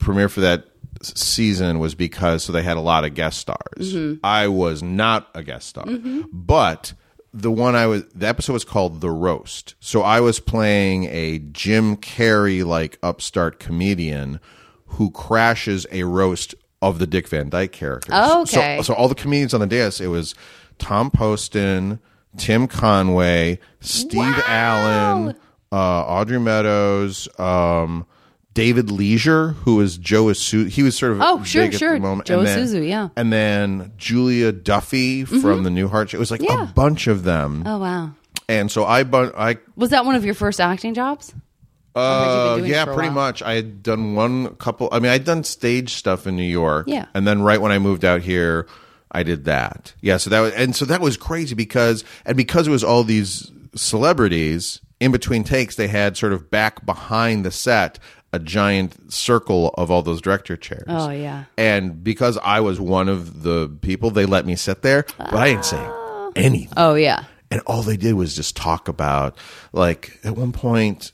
premiere for that s- season was because so they had a lot of guest stars.
Mm-hmm.
I was not a guest star, but the one I was, the episode was called "The Roast." So I was playing a Jim Carrey like upstart comedian who crashes a roast of the Dick Van Dyke character.
Oh,
So-
okay.
so all the comedians on the dais, it was Tom Poston, Tim Conway, Steve Allen, uh, Audrey Meadows, um, David Leisure, who is Joe Isuzu. He was sort of
Oh, sure,
big at
sure.
the moment.
Joe
and then,
Isuzu, yeah. Mm-hmm.
And then Julia Duffy from the Newhart Show. It was like
Yeah.
a bunch of them.
Oh wow.
And so I, bun- I
Was that one of your first acting jobs?
uh,
doing it
yeah,
for a
pretty
while.
much. I had done one couple. I mean, I'd done stage stuff in New York.
Yeah.
and then right when I moved out here, I did that. Yeah, so that was and so that was crazy because and because it was all these celebrities in between takes, they had sort of back behind the set a giant circle of all those director chairs.
Oh, yeah.
and because I was one of the people, they let me sit there, but I didn't say anything
Oh yeah.
and all they did was just talk about like at one point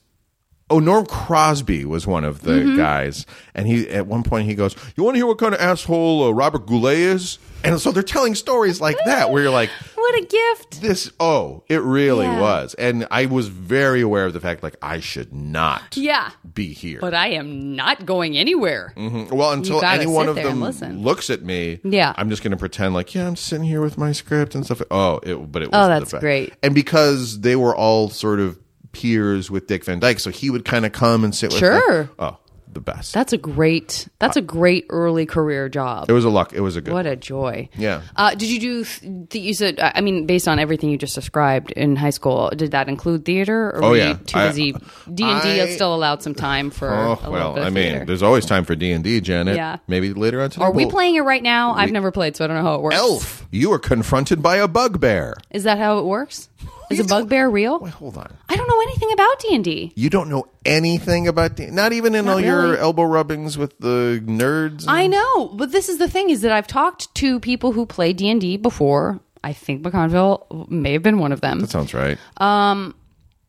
oh norm crosby was one of the
Mm-hmm.
guys and he at one point he goes you want to hear what kind of asshole uh, robert goulet is and so they're telling stories like that where you're like
What a gift.
this oh it really
Yeah.
was and i was very aware of the fact like i should not
Yeah.
be here
But I am not going anywhere.
well until
gotta
any one
sit
of
there and
them
listen.
looks at me
Yeah.
i'm just going to pretend like yeah i'm sitting here with my script and stuff oh it but it was
Oh,
the
that's
best.
great.
and because they were all sort of peers with dick van dyke so he would kind of come and sit with
Sure.
them. oh the best
That's a great. That's a great early career job.
it was a luck it was a good
What a joy!
Yeah.
Uh, did you do? Th- th- you said. I I mean, based on everything you just described in high school, did that include theater? Or
Oh,
were
yeah.
You too
I-
busy. D and
I-
D still allowed some time for.
oh
a little
well
bit of
i mean
theater.
there's always time for d&d janet
Yeah.
maybe later on today
Are we
Well,
playing it right now? I've never played, so I don't know how it works.
elf you were confronted by a bugbear
Is that how it works? Is a
You don't-
bugbear real?
wait hold on
I don't know anything about D and D.
you don't know anything about D- not even in all your
really.
elbow rubbings with the nerds
I know, but this is the thing: is that I've talked to people who play D and D before. I think McConville may have been one of them.
that sounds right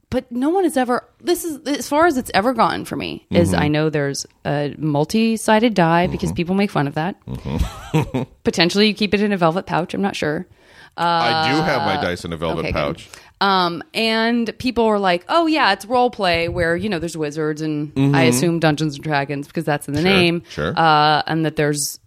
but no one has ever this is as far as it's ever gone for me is
Mm-hmm.
i know there's a multi-sided die because people make fun of that
Mm-hmm.
potentially you keep it in a velvet pouch i'm not sure
I do have my dice in a velvet
Uh, okay, good.
pouch.
um, and people are like oh yeah it's role play where you know there's wizards and i assume dungeons and dragons because that's in the
Mm-hmm. Sure,
name
sure.
uh, and that there's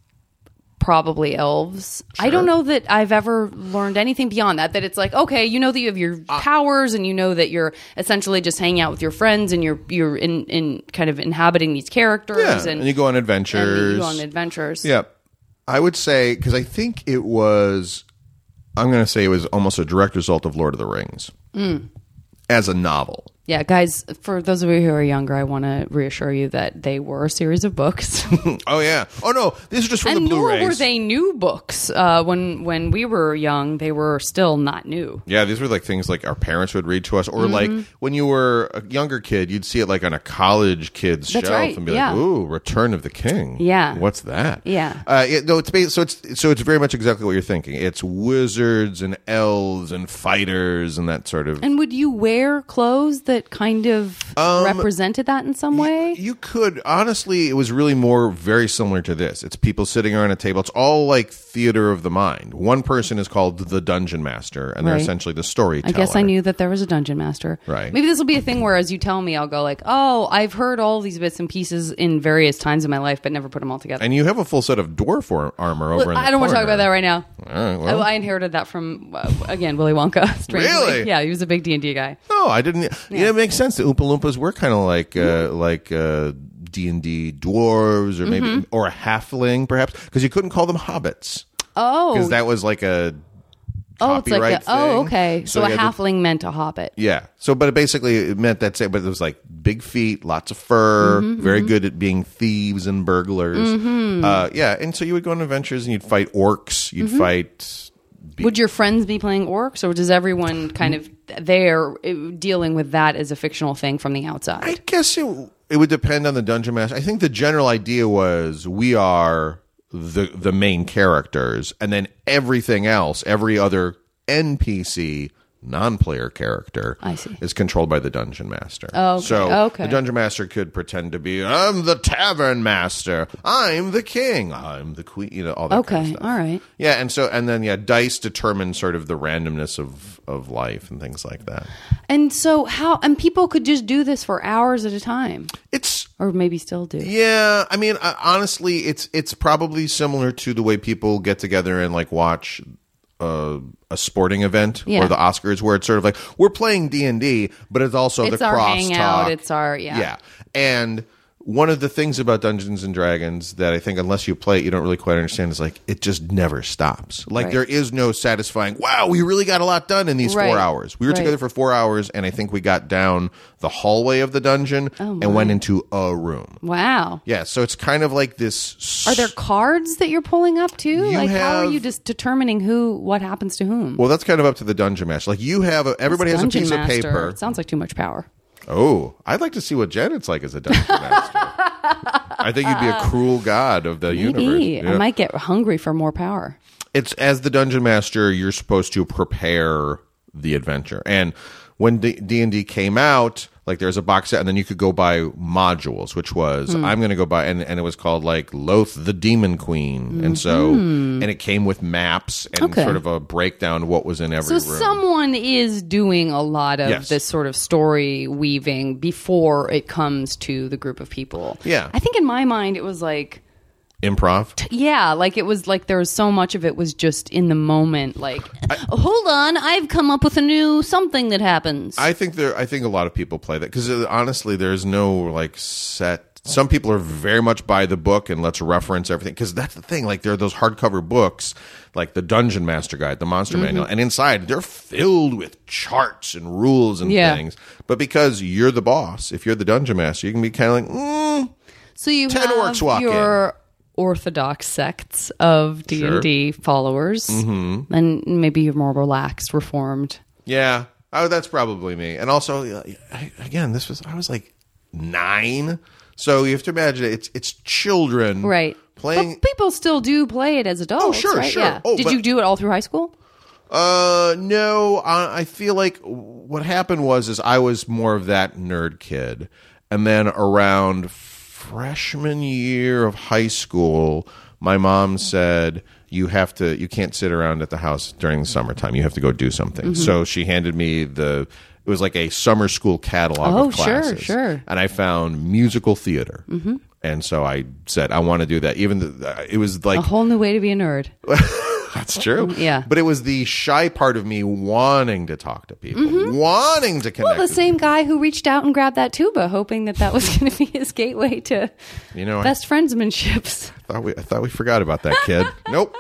probably elves i don't know that i've ever learned anything beyond that that it's like okay you know that you have your
Uh,
powers and you know that you're essentially just hanging out with your friends and you're you're in, in kind of inhabiting these characters
Yeah,
and,
and, you go on
and
adventures.
you go on adventures
yeah, I would say because I think it was. I'm going to say it was almost a direct result of Lord of the Rings
Mm.
as a novel.
Yeah, guys, for those of you who are younger, I want to reassure you that they were a series of books.
Oh yeah. Oh no, these are just from
and
the
nor were
Blu-rays.
they new books. Uh, when when we were young, they were still not new.
yeah, these were like things like our parents would read to us, or
Mm-hmm.
like when you were a younger kid, you'd see it like on a college kid's
That's
shelf
right,
and be
yeah.
like, "Ooh, Return of the King."
Yeah.
what's that?
Yeah.
uh, yeah, no, it's bas so it's so it's very much exactly what you're thinking. It's wizards and elves and fighters and that sort of
And would you wear clothes that kind of
Um,
represented that in some way?
You could honestly, it was really more very similar to this. It's people sitting around a table. It's all like theater of the mind. One person is called the dungeon master, and they're
Right.
essentially the
I
storyteller.
guess I knew that there was a dungeon master.
Right.
Maybe this will be a thing where, as you tell me, I'll go like, "Oh, I've heard all these bits and pieces in various times in my life, but never put them all together."
And you have a full set of dwarf or- armor over. in
I
the
don't want to talk about that
corner.
right now.
All right,
I,
well,
I inherited that from uh, again Willy Wonka. strangely.
Really?
Yeah, Mm-hmm. he was a big D and D guy.
no, I didn't. Yeah. mean, it makes sense. The Oompa Loompas were kind of like uh, like D and D dwarves, or maybe
Mm-hmm.
or a halfling, perhaps, because you couldn't call them hobbits because
Oh,
that was like a
oh, it's like a,
copyright
oh,
thing.
okay. So, a
yeah, the-
halfling meant a hobbit.
yeah. So, but it basically it meant that's it. But it was like big feet, lots of fur,
Mm-hmm,
very good at being thieves and burglars. Uh, yeah. And so you would go on adventures and you'd fight orcs. You'd
Mm-hmm.
fight.
Would your friends be playing orcs, or does
Mm.
everyone kind of there eh, dealing with that as a fictional thing from the outside?
I guess it it would depend on the dungeon master. I think the general idea was we are the the main characters, and then everything else, every other NPC non-player character
I see. Oh,
is controlled by the dungeon master.
Okay,
So
okay.
the dungeon master could pretend to be I'm the tavern master, I'm the king, I'm the queen, you know, all that kind of
okay,
stuff.
all right.
Yeah, and so and then yeah, dice determine sort of the randomness of of life and things like that.
And so how and people could just do this for hours at a time,
It's
or maybe still do.
Yeah, I mean, uh, honestly, it's it's probably similar to the way people get together and like watch uh, a sporting event
Yeah.
or the Oscars, where it's sort of like we're playing D and D, but it's also
It's
the
our
crosstalk.
hangout, it's our- yeah.
yeah. And one of the things about Dungeons and Dragons that I think, unless you play it, you don't really quite understand is like it just never stops. Like
Right.
there is no satisfying. Wow, we really got a lot done in these
Right.
four hours. We were
Right.
together for four hours, and I think we got down the hallway of the dungeon
Oh
and went into a room.
Wow.
Yeah, so it's kind of like this.
Are there cards that you're pulling up too? like how are
have-
you just determining who what happens to whom?
Well, that's kind of up to the dungeon master. Like you have, a, everybody has a
Dungeon
piece of
Master.
paper.
It sounds like too much power.
Oh, I'd like to see what Janet's like as a dungeon master. I think you'd be a cruel god of the universe.
Maybe I
Yeah.
might get hungry for more power.
It's as the dungeon master, you're supposed to prepare the adventure. And when D and D came out, like there's a box set, and then you could go buy modules, which was
Hmm.
I'm going to go buy, and, and it was called like Loath the Demon Queen, and so and it came with maps and
Hmm. Okay.
sort of a breakdown of what was in
So
every room.
someone is doing a lot of
Yes.
this sort of story weaving before it comes to the group of people.
Yeah.
I think in my mind it was like
improv.
yeah, like it was like there was so much of it was just in the moment like hold on, I've come up with a new something that happens.
I think there. I think a lot of people play that because honestly, there's no like set. Some people are very much by the book and let's reference everything because that's the thing. Like there are those hardcover books, like the Dungeon Master Guide, the Monster Manual,
Mm-hmm.
and inside they're filled with charts and rules and
Yeah.
things. But because you're the boss, if you're the Dungeon Master, you can be kind of like, mm,
so you
Ten
have
orcs walk in.
your orthodox sects of D&D followers
Mm-hmm.
and maybe you're more relaxed, reformed.
yeah, oh, that's probably me. And also, uh, I, again, this was I was like nine, so you have to imagine it's it's children
Right.
playing. Oh,
But people still do play it as adults.
sure,
right?
sure.
Yeah.
Oh,
Did
but-
you do it all through high school?
Uh, no. I, I feel like what happened was is I was more of that nerd kid, and then around freshman year of high school, my mom said you have to you can't sit around at the house during the summertime. You have to go do something.
Mm-hmm.
So she handed me the. It was like a summer school catalog
Oh,
of
sure,
classes,
sure.
and I found musical theater, mm-hmm. and so I said I want to do that. Even the, it was like
A whole new way to be a nerd.
that's true.
Mm, Yeah.
But it was the shy part of me wanting to talk to people, wanting to connect.
Mm-hmm. the
with-
same guy who reached out and grabbed that tuba, hoping that that was going to be his gateway to
you know, I
best friendsmanships.
thought, we, I thought we forgot about that kid. nope.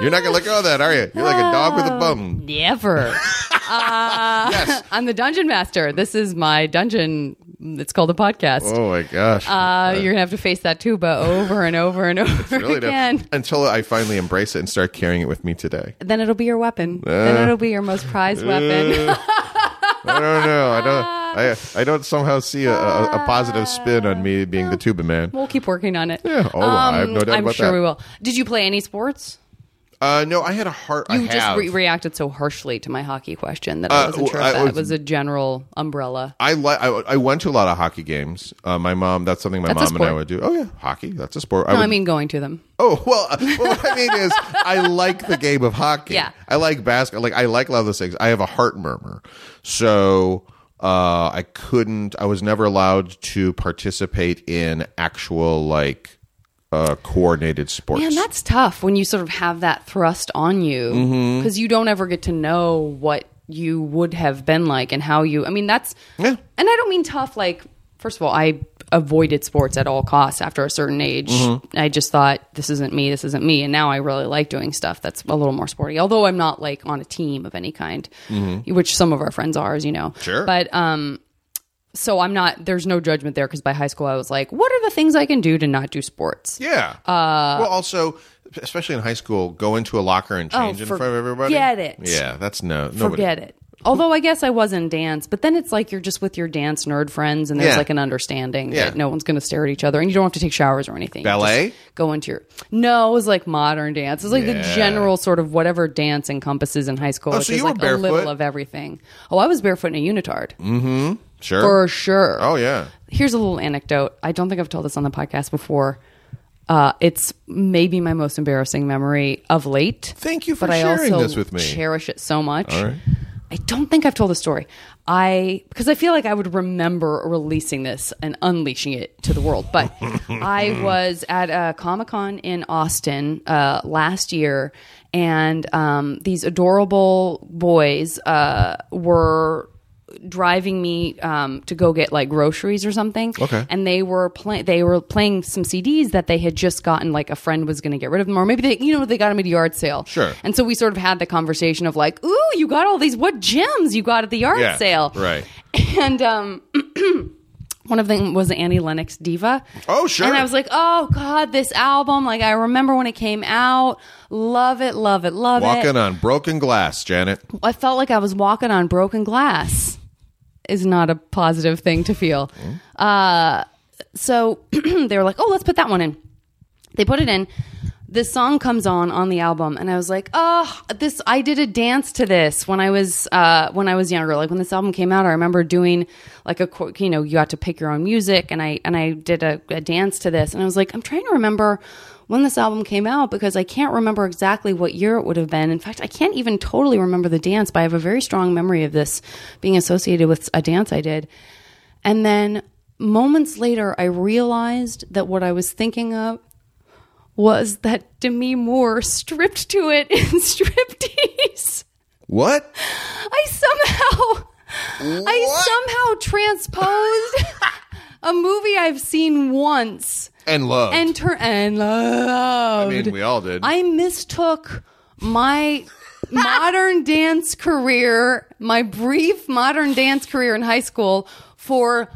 You're not going to let go of that, are you? You're like a dog with
Oh.
a bone.
Never.
Yes.
I'm the dungeon master. This is my dungeon. It's called a podcast.
Oh, my gosh.
Uh, you're gonna have to face that tuba over and over and over
Really don't-
again.
Until I finally embrace it and start carrying it with me today.
Then it'll be your weapon. then it'll be your most prized weapon.
I don't know. I don't. I, I don't somehow see a, a, a positive spin on me being the tuba man.
we'll keep working on it. Um,
Yeah. Oh, I have no doubt
I'm
about
sure
that.
we will. Did you play any sports?
Uh, no, I had a heart. I
You just
have.
re- reacted so harshly to my hockey question that I wasn't
well,
sure if
I
that
was-
was a general umbrella.
I like. I, I went to a lot of hockey games. Uh, my mom. That's something my
That's a
mom and I
sport.
would do. Oh yeah, hockey. That's a sport.
No,
would,
I mean going to them.
Oh well. uh, well, what I mean is, I like the game of hockey.
Yeah.
I like basketball. Like I like a lot of those things. I have a heart murmur, so uh, I couldn't. I was never allowed to participate in actual like uh, coordinated sports.
Man,
Mm-hmm.
that's tough when you sort of have that thrust on you because you don't ever get to know what you would have been like and how you I mean that's
Yeah.
and I don't mean tough like first of all I avoided sports at all costs after a certain age.
Mm-hmm.
I just thought this isn't me, this isn't me and now I really like doing stuff that's a little more sporty. Although I'm not like on a team of any kind, which some of our friends are, as you know.
Mm-hmm. Sure.
But um so I'm not there's no judgment there cuz by high school I was like what are the things I can do to not do sports?
Yeah.
Uh,
well, also, especially in high school, go into a locker and change in front of everybody.
forget Oh, it.
Yeah, that's no. Nobody.
forget it. Although I guess I was in dance, but then it's like you're just with your dance nerd friends, and there's
Yeah.
like an understanding
Yeah.
that no one's going to stare at each other, and you don't have to take showers or anything. You
Ballet?
just go into your no. It was like modern dance. It was like
Yeah.
the general sort of whatever dance encompasses in high school,
Oh,
which
so
is
you were
like a little
barefoot?
of everything. Oh, I was barefoot in a unitard
Sure.
for sure.
oh, yeah.
Here's a little anecdote. I don't think I've told this on the podcast before. Uh, it's maybe my most embarrassing memory of late.
Thank you for
but I
sharing
also
this with me.
Cherish it so much.
All right.
I don't think I've told the story. I because I feel like I would remember releasing this and unleashing it to the world. But I was at a Comic Con in Austin uh, last year, and um, these adorable boys uh, were driving me um, to go get like groceries or something.
Okay.
And they were playing. They were playing some CDs that they had just gotten. Like a friend was going to get rid of them, or maybe they, you know, they got them at a yard sale.
Sure.
And so we sort of had the conversation of like, "Ooh, you got all these what gems you got at the yard
Yeah.
sale?"
Right.
And um, one of them was Annie Lennox Diva.
Oh, sure.
And I was like, "Oh God, this album! Like I remember when it came out. Love it, love it, love it."
Walking on broken glass, Janet.
I felt like I was walking on broken glass. Is not a positive thing to feel. Uh, so they were like, "Oh, let's put that one in." They put it in. This song comes on on the album, and I was like, "Oh, this!" I did a dance to this when I was uh, when I was younger. Like when this album came out, I remember doing like a qu- you know you got to pick your own music, and I and I did a, a dance to this, and I was like, "I'm trying to remember." When this album came out, because I can't remember exactly what year it would have been. In fact, I can't even totally remember the dance, but I have a very strong memory of this being associated with a dance I did. And then moments later, I realized that what I was thinking of was that Demi Moore stripped to it in striptease.
What?
I somehow, I somehow transposed a movie I've seen once
And love.
and turn and loved.
I mean, we all did.
I mistook my modern dance career, my brief modern dance career in high school, for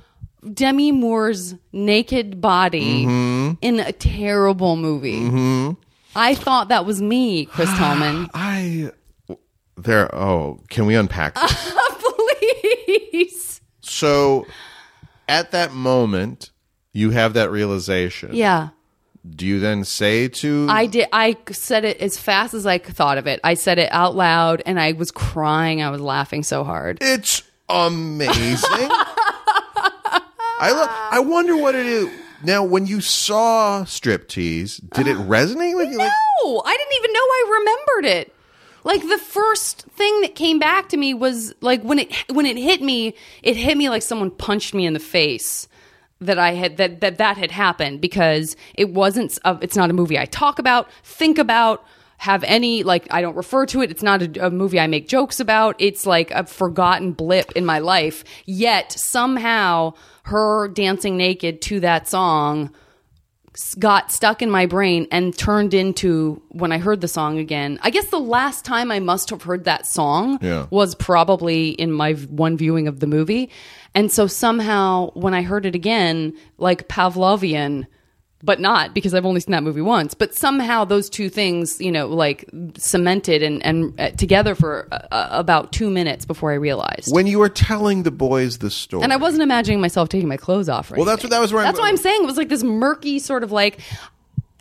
Demi Moore's naked body in a terrible movie. I thought that was me, Chris Tallman.
I. There. Oh, can we unpack this?
Please.
So, at that moment, you have that realization.
Yeah.
Do you then say to
I did. I said it as fast as I thought of it. I said it out loud, and I was crying. I was laughing so hard.
It's amazing. I lo- I wonder what it is. Now, when you saw striptease, did it resonate with you? Like,
No, I didn't even know I remembered it. Like the first thing that came back to me was like when it when it hit me, it hit me like someone punched me in the face that I had that that that had happened because it wasn't a, it's not a movie I talk about, think about, have any like I don't refer to it. It's not a, a movie I make jokes about. It's like a forgotten blip in my life. Yet somehow her dancing naked to that song got stuck in my brain and turned into when I heard the song again. I guess the last time I must have heard that song
Yeah.
was probably in my v- one viewing of the movie. And so somehow when I heard it again, like Pavlovian, but not because I've only seen that movie once, but somehow those two things, you know, like cemented and, and uh, together for uh, uh, about two minutes before I realized.
when you were telling the boys the story,
And I wasn't imagining myself taking my clothes off. Or
Well, that's
anything.
what- that was where I'm-
That's what I'm saying. It was like this murky sort of like.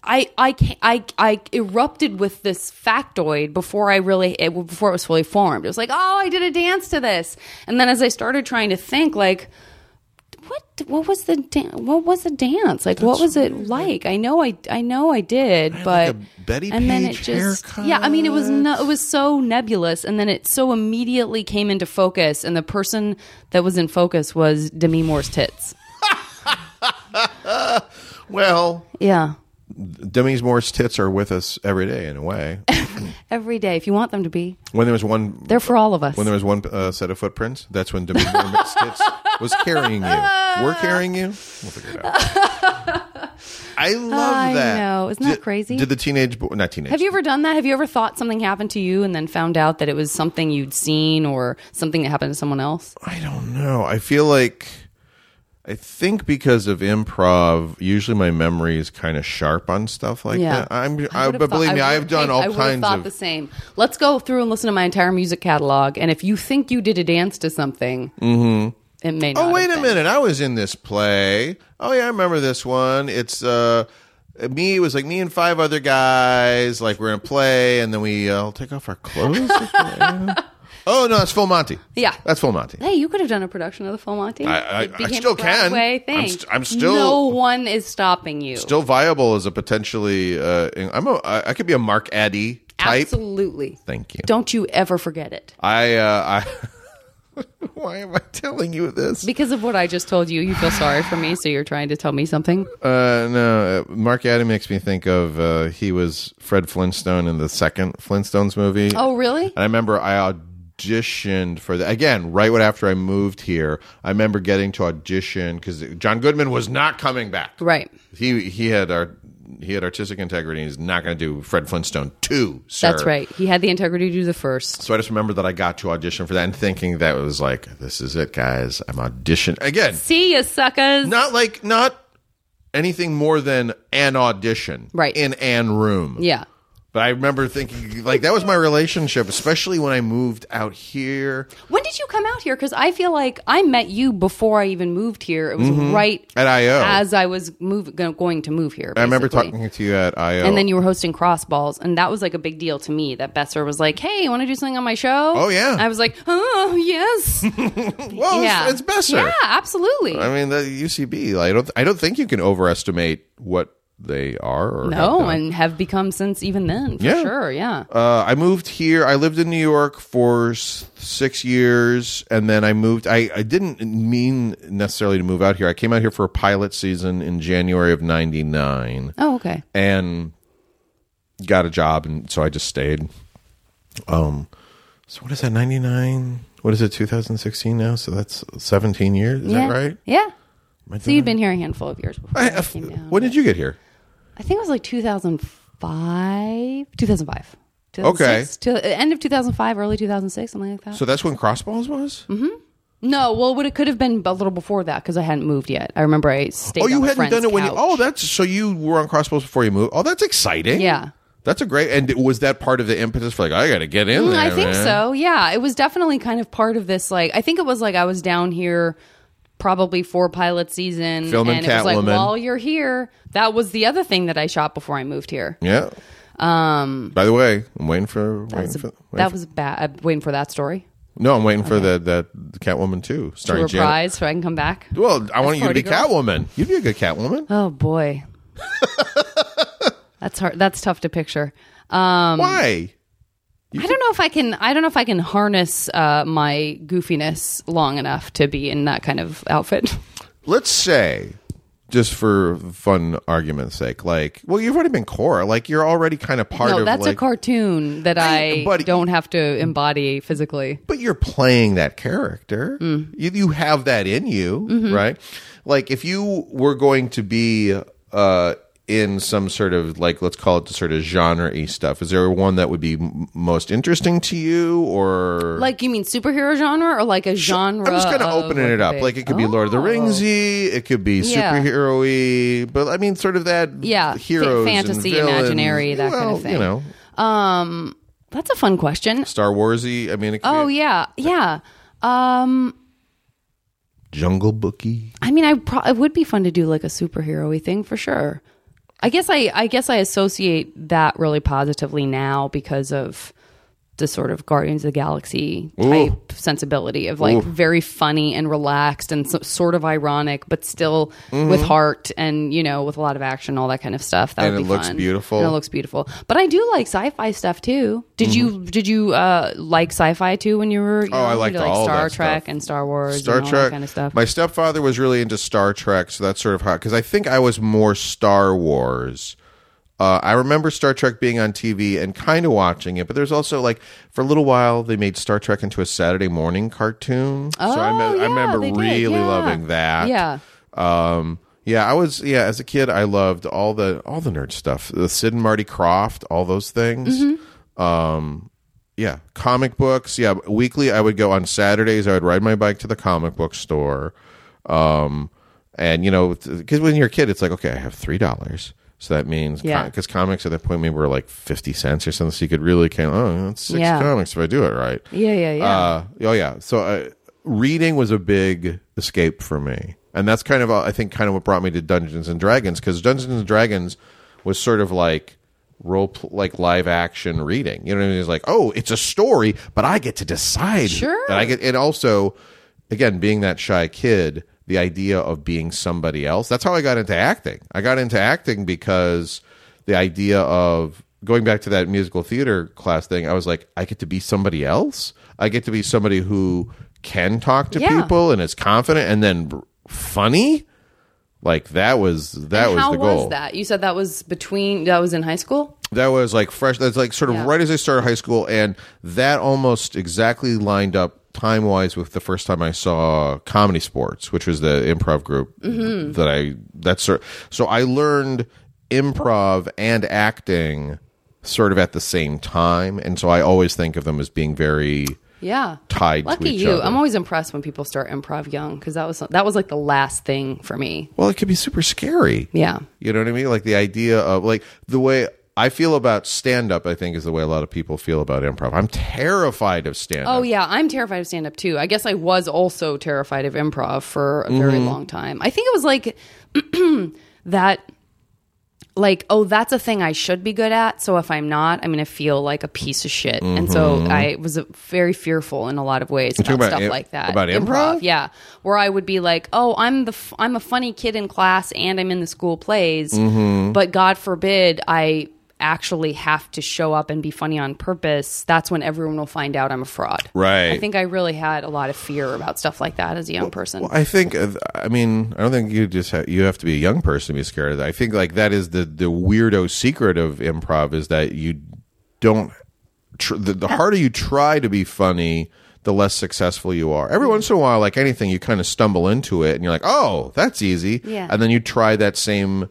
I I ca- I I erupted with this factoid before I really it, before it was fully formed. It was like, oh, I did a dance to this, and then as I started trying to think, like, what what was the dan what was the dance like? what was it like? I know I I know I did, but
like a Betty Page haircut.
yeah. I mean, it was no, it was so nebulous, and then it so immediately came into focus, and the person that was in focus was Demi Moore's tits.
well,
Yeah.
Demi's Moore's tits are with us every day in a way.
Every day, if you want them to be,
When there was one,
they're for all of us.
when there was one uh, set of footprints, that's when Demi Moore's tits was carrying you. We're carrying you. We'll figure it out. I love
I
that.
know. Isn't that
Did-
crazy?
Did the teenage boy, not teenage,
Have you ever done that? Have you ever thought something happened to you and then found out that it was something you'd seen or something that happened to someone else?
I don't know. I feel like I think because of improv, usually my memory is kind of sharp on stuff like
Yeah.
that. I'm, I,
would've
but believe
thought-
me,
I
I've
would've
done
think-
all
I would've
kinds
thought
of.
the same. Let's go through and listen to my entire music catalog, and if you think you did a dance to something, it may. not
oh
have
wait a
been.
minute! I was in this play. Oh yeah, I remember this one. It's uh, me. It was like me and five other guys. Like we're in a play, and then we uh, all take off our clothes. oh no, that's Full Monty.
Yeah.
that's Full Monty.
Hey, you could have done a production of the Full Monty.
I- I-
It
I
became
still
a
can.
Broadway
I'm
Thing.
st- I'm still-
No one is stopping you.
Still viable as a potentially. Uh, I'm a. I I could be a Mark Addy type.
Absolutely.
Thank you.
Don't you ever forget it.
I, uh, I why am I telling you this?
Because of what I just told you, you feel sorry for me, so you're trying to tell me something.
Uh, no, uh, Mark Adam makes me think of uh, he was Fred Flintstone in the second Flintstones movie.
Oh, really?
And I remember I auditioned for that again right when after I moved here. I remember getting to audition because John Goodman was not coming back.
Right.
He he had our. He had artistic integrity. and He's not going to do Fred Flintstone two. Sir.
That's right. He had the integrity to do the first.
So I just remember that I got to audition for that and thinking that was like, this is it, guys. I'm audition again.
See you, suckers.
not like not anything more than an audition
Right.
in an room
Yeah.
but i remember thinking like that was my relationship especially when i moved out here
When did you come out here? Because I feel like I met you before I even moved here. It was right
Mm-hmm. at io
as I was move, go- going to move here.
i remember
basically.
talking to you at io
And then you were hosting crossballs, and that was like a big deal to me. That Besser was like, "Hey, you want to do something on my show?"
Oh, yeah.
I was like, "Oh yes,
well
yeah,
it's, it's besser
Yeah, absolutely.
i mean the ucb like, i don't i don't think you can overestimate what they are or have
no,
done.
and have become since even then for
Yeah.
sure. Yeah,
Uh, I moved here. I lived in New York for s- six years, and then I moved. I, I didn't mean necessarily to move out here. I came out here for a pilot season in January of '99,
Oh, okay.
and got a job, and so I just stayed. Um, so what is that? '99. What is it? 2016 now. So that's 17 years. Is
yeah.
that right?
Yeah.
Am I
So you'd been here a handful of years before.
I,
I,
I-
came down.
when did you get here?
I think it was like 2005. 2005. 2006, To, end of 2005, early 2006, something like that.
So that's when Crossballs was.
no, well, what it could have been a little before that because I hadn't moved yet. I remember I stayed.
Oh, you
on a
hadn't done
friend's
it when you.
couch.
Oh, that's so you were on Crossbows before you moved. Oh, that's exciting.
Yeah.
that's a great. And was that part of the impetus for like I got to get in
Mm,
there?
I think
man.
so. Yeah, it was definitely kind of part of this. Like, I think it was like I was down here probably for pilot season,
Filming
and it was like
Catwoman.
while you're here, that was the other thing that I shot before I moved here.
Yeah.
Um,
By the way, I'm waiting for
that
waiting
was,
for
a,
waiting
that
for-
was bad. I'm waiting for that story
no. I'm waiting for that that Catwoman two
to
starring Janet.
reprise so I can come back.
Well, I want you to
Party
be
Girl.
Catwoman. You'd be a good Catwoman.
Oh boy, that's hard. That's tough to picture. Um,
Why?
I don't know if I can. I don't know if I can harness uh, my goofiness long enough to be in that kind of outfit.
Let's say. Just for fun argument's sake, like, well, you've already been Cora. Like, you're already kind of part
no,
of
that's
like,
a cartoon that I,
but-
don't have to embody physically.
but you're playing that character.
Mm.
You, you have that in you,
Mm-hmm.
right? Like if you were going to be uh, in some sort of like let's call it the sort of genre y stuff, is there one that would be m- most interesting to you, or
Like you mean superhero genre or like a
I'm
genre?
just kind of
of
opening
what
it
could
up.
be?
Like it could be Lord of the
Oh.
Ringsy, it could be
Yeah.
superhero-y, but I mean sort of that
Yeah, fa-
heroes, and
fantasy,
villains.
imaginary, that kind of
Well,
thing.
You know,
Um, that's a fun question.
Star Warsy. I mean, it could
Oh
be
yeah, yeah. Um,
Jungle Booky.
I mean, I pro- it would be fun to do like a superhero-y thing for sure. I guess I I guess I associate that really positively now because of the sort of Guardians of the Galaxy type sensibility of like very funny and relaxed and so, sort of ironic, but still
Mm-hmm.
with heart and you know with a lot of action, all that kind of stuff. That
And
would
it
be
looks
fun.
beautiful.
And it looks beautiful. But I do like sci-fi stuff too. Did you did you uh, like sci-fi too when you were? You
Mm-hmm. Oh, I
into,
liked
like
all
Star
that
Trek
stuff.
and Star Wars,
Star
and all
Trek
that kind of stuff.
My stepfather was really into Star Trek, so that's sort of how. Because I think I was more Star Wars Uh, I remember Star Trek being on TV and kind of watching it, but there's also like for a little while they made Star Trek into a Saturday morning cartoon. so I,
Oh,
me-
yeah,
I remember
they did,
really
yeah.
loving that.
Yeah.
Um, yeah, I was yeah as a kid I loved all the all the nerd stuff, the Sid and Marty Croft, all those things.
Mm-hmm.
Um, yeah, comic books. Yeah, weekly I would go on Saturdays. I would ride my bike to the comic book store. Um, and you know, because when you're a kid, it's like okay, I have three dollars. So that means
Yeah.
because comics at that point maybe were like fifty cents or something. So you could really count. Oh, that's six
Yeah.
comics if I do it right.
Yeah, yeah, yeah.
Uh, oh yeah. So uh, reading was a big escape for me, and that's kind of uh, I think kind of what brought me to Dungeons and Dragons because Dungeons and Dragons was sort of like role pl- like live action reading. You know what I mean? It's like oh, it's a story, but I get to decide.
Sure.
And I get and also again being that shy kid. The idea of being somebody else. That's how I got into acting. I got into acting because the idea of going back to that musical theater class thing, I was like, I get to be somebody else. I get to be somebody who can talk to
Yeah.
people and is confident and then r- funny. Like that was that
And
was
how
the goal.
was that? You said that was between that was in high school.
That was like fresh. That's like sort of
Yeah.
right as I started high school, and that almost exactly lined up time wise with the first time I saw Comedy Sports, which was the improv group
Mm-hmm.
that I that sort. So I learned improv and acting sort of at the same time, and so I always think of them as being very
Yeah,
Tied to
Lucky
each
you.
other.
I'm always impressed when people start improv young because that was that was like the last thing for me.
well. It could be super scary.
Yeah,
You know what I mean? Like the idea of like the way I feel about stand up, I think is the way a lot of people feel about improv. I'm terrified of stand up.
Oh yeah, I'm terrified of stand up too. I guess I was also terrified of improv for a
Mm-hmm.
very long time. I think it was like that like oh that's a thing I should be good at, so if I'm not, I'm going to feel like a piece of shit. And so I was uh, very fearful in a lot of ways about,
talking Mm-hmm. about
stuff
im-
like that.
about improv?
Yeah, where I would be like, "Oh, I'm the f- I'm a funny kid in class and I'm in the school plays,
Mm-hmm.
but God forbid I actually have to show up and be funny on purpose. That's when everyone will find out I'm a fraud."
Right.
I think I really had a lot of fear about stuff like that as a young person.
Well, I think uh, I mean I don't think you just ha you have to be a young person to be scared of that. I think like that is the the weirdo secret of improv is that you don't tr- the, the harder you try to be funny, the less successful you are. Every once in a while, like anything, you kind of stumble into it and you're like, oh, that's easy,
Yeah.
and then you try that same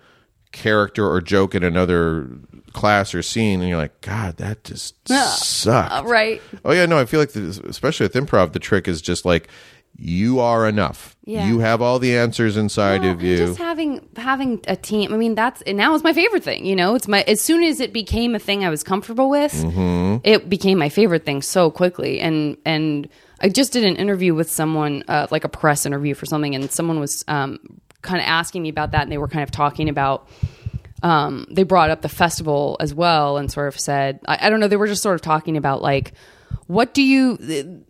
character or joke in another class or scene and you're like god that just sucks
Uh, right.
Oh yeah, no, I feel like the, especially with improv, the trick is just like you are enough.
Yeah.
You have all the answers inside
Well,
of
and
you.
Just having having a team. I mean, that's and now it's my favorite thing. You know, it's my as soon as it became a thing I was comfortable with,
Mm-hmm.
it became my favorite thing so quickly. And and I just did an interview with someone, uh, like a press interview for something, and someone was um, kind of asking me about that, and they were kind of talking about. Um, they brought up the festival as well and sort of said, I, I don't know, they were just sort of talking about like, what do you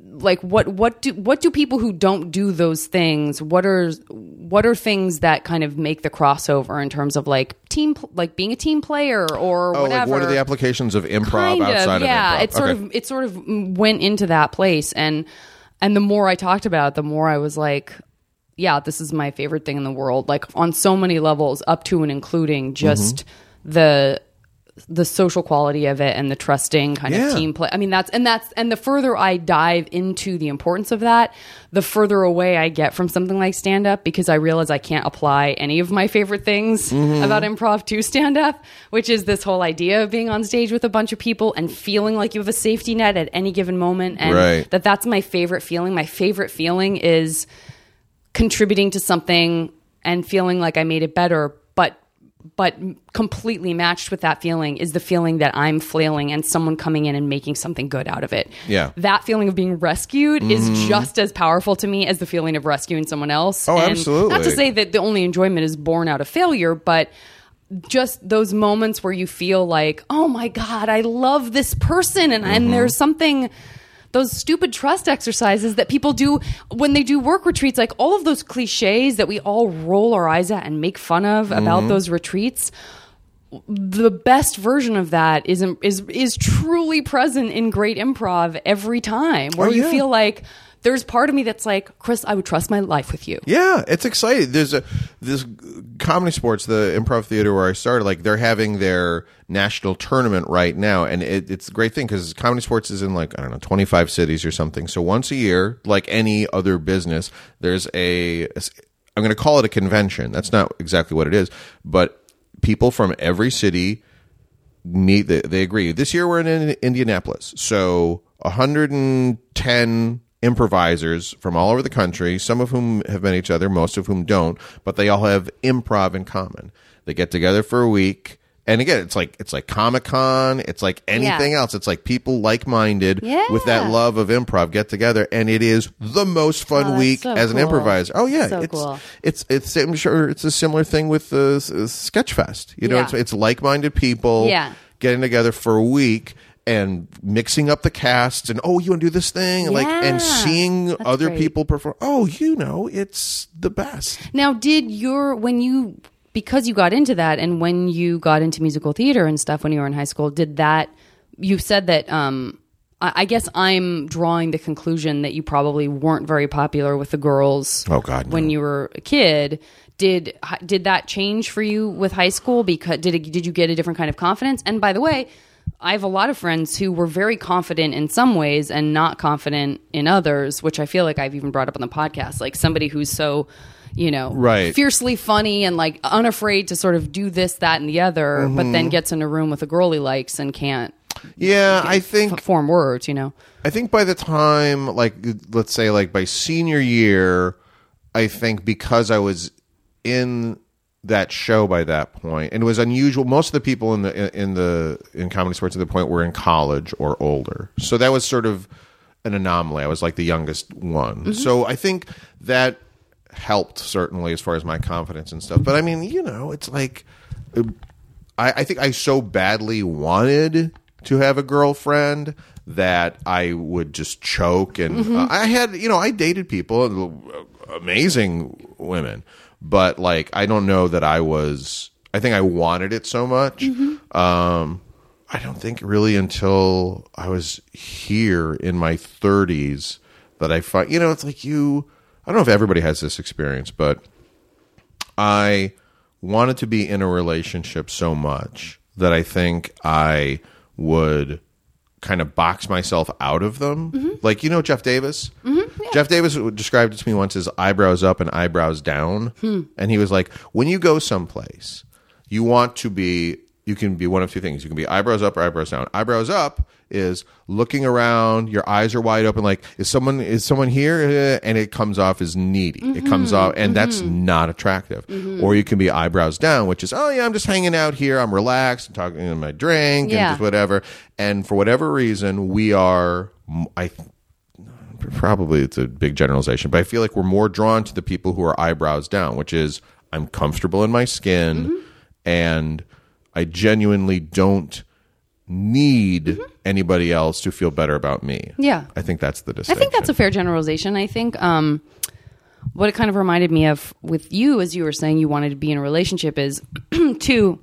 like what what do what do people who don't do those things what are what are things that kind of make the crossover in terms of like team pl- like being a team player or
oh,
whatever
like what are the applications of improv
kind of
outside
yeah
of improv?
it sort
Okay.
of it sort of mm, went into that place and and the more i talked about it the more i was like yeah this is my favorite thing in the world like on so many levels up to and including just
Mm-hmm.
the the social quality of it and the trusting kind
Yeah.
of team play i mean that's and that's and the further i dive into the importance of that the further away i get from something like stand up because i realize i can't apply any of my favorite things about improv to stand up which is this whole idea of being on stage with a bunch of people and feeling like you have a safety net at any given moment and
Right.
that that's my favorite feeling my favorite feeling is contributing to something and feeling like I made it better, but but completely matched with that feeling is the feeling that I'm flailing and someone coming in and making something good out of it.
Yeah.
That feeling of being rescued is just as powerful to me as the feeling of rescuing someone else.
Oh,
And Not
absolutely.
to say that the only enjoyment is born out of failure, but just those moments where you feel like, oh my God, I love this person. And,
Mm-hmm.
and there's something, those stupid trust exercises that people do when they do work retreats, like all of those cliches that we all roll our eyes at and make fun of
Mm-hmm.
about those retreats. The best version of that is is is truly present in great improv every time, where
Oh,
you
yeah.
feel like there's part of me that's like, Chris, I would trust my life with you.
Yeah, it's exciting. There's a this comedy sports, the improv theater where I started. Like they're having their national tournament right now, and it, it's a great thing because comedy sports is in like I don't know 25 cities or something. So once a year, like any other business, there's a I'm going to call it a convention. That's not exactly what it is, but people from every city meet. They, they agree. This year we're in In- Indianapolis, so 110 improvisers from all over the country. Some of whom have met each other, most of whom don't, but they all have improv in common. They get together for a week. And again, it's like it's like Comic Con. It's like anything else. It's like people like minded with that
Yeah.
love of improv get together, and it is the most fun
Oh, that's
week
so
as an
cool.
improviser. Oh yeah,
So
it's
cool.
it's it's I'm sure it's a similar thing with the s- Sketchfest. You know,
Yeah.
it's it's like-minded people
Yeah.
getting together for a week and mixing up the casts and oh you want to do this thing like and
Yeah.
seeing
That's
other
great.
people perform oh you know it's the best
Now, did your when you because you got into that and when you got into musical theater and stuff when you were in high school, did that? You said that. Um, I, I guess I'm drawing the conclusion that you probably weren't very popular with the girls.
Oh, God, no.
When you were a kid. Did hi- did that change for you with high school? Because did it, did you get a different kind of confidence? And by the way, I have a lot of friends who were very confident in some ways and not confident in others, which I feel like I've even brought up on the podcast. Like somebody who's so, you know,
Right.
fiercely funny and like unafraid to sort of do this, that, and the other, but then gets in a room with a girl he likes and can't
yeah I think
f- form words, you know?
I think by the time, like, let's say, like by senior year, I think because I was in that show by that point, and it was unusual. Most of the people in the in the in comedy sports at the point were in college or older, so that was sort of an anomaly. I was like the youngest one, so I think that helped certainly as far as my confidence and stuff. But I mean, you know, it's like I, I think I so badly wanted to have a girlfriend that I would just choke. And uh, I had, you know, I dated people, uh, amazing women, but like, I don't know that I was, I think I wanted it so much. Um, I don't think really until I was here in my 30s that I find, you know, it's like you, I don't know if everybody has this experience, but I wanted to be in a relationship so much that I think I would kind of box myself out of them. Like, you know, Jeff Davis? Jeff Davis described it to me once as eyebrows up and eyebrows down. And he was like, when you go someplace, you want to be, you can be one of two things. You can be eyebrows up or eyebrows down. Eyebrows up is looking around, your eyes are wide open, like, is someone, is someone here? Uh, And it comes off as needy. It comes off, and that's not attractive. Or you can be eyebrows down, which is, oh yeah, I'm just hanging out here. I'm relaxed. I'm talking in my drink and
Yeah.
just whatever. And for whatever reason, we are, m- I probably it's a big generalization, but I feel like we're more drawn to the people who are eyebrows down, which is I'm comfortable in my skin and I genuinely don't need anybody else to feel better about me.
Yeah.
I think that's the
I
distinction.
think that's a fair generalization. I think um, what it kind of reminded me of with you, as you were saying, you wanted to be in a relationship, is to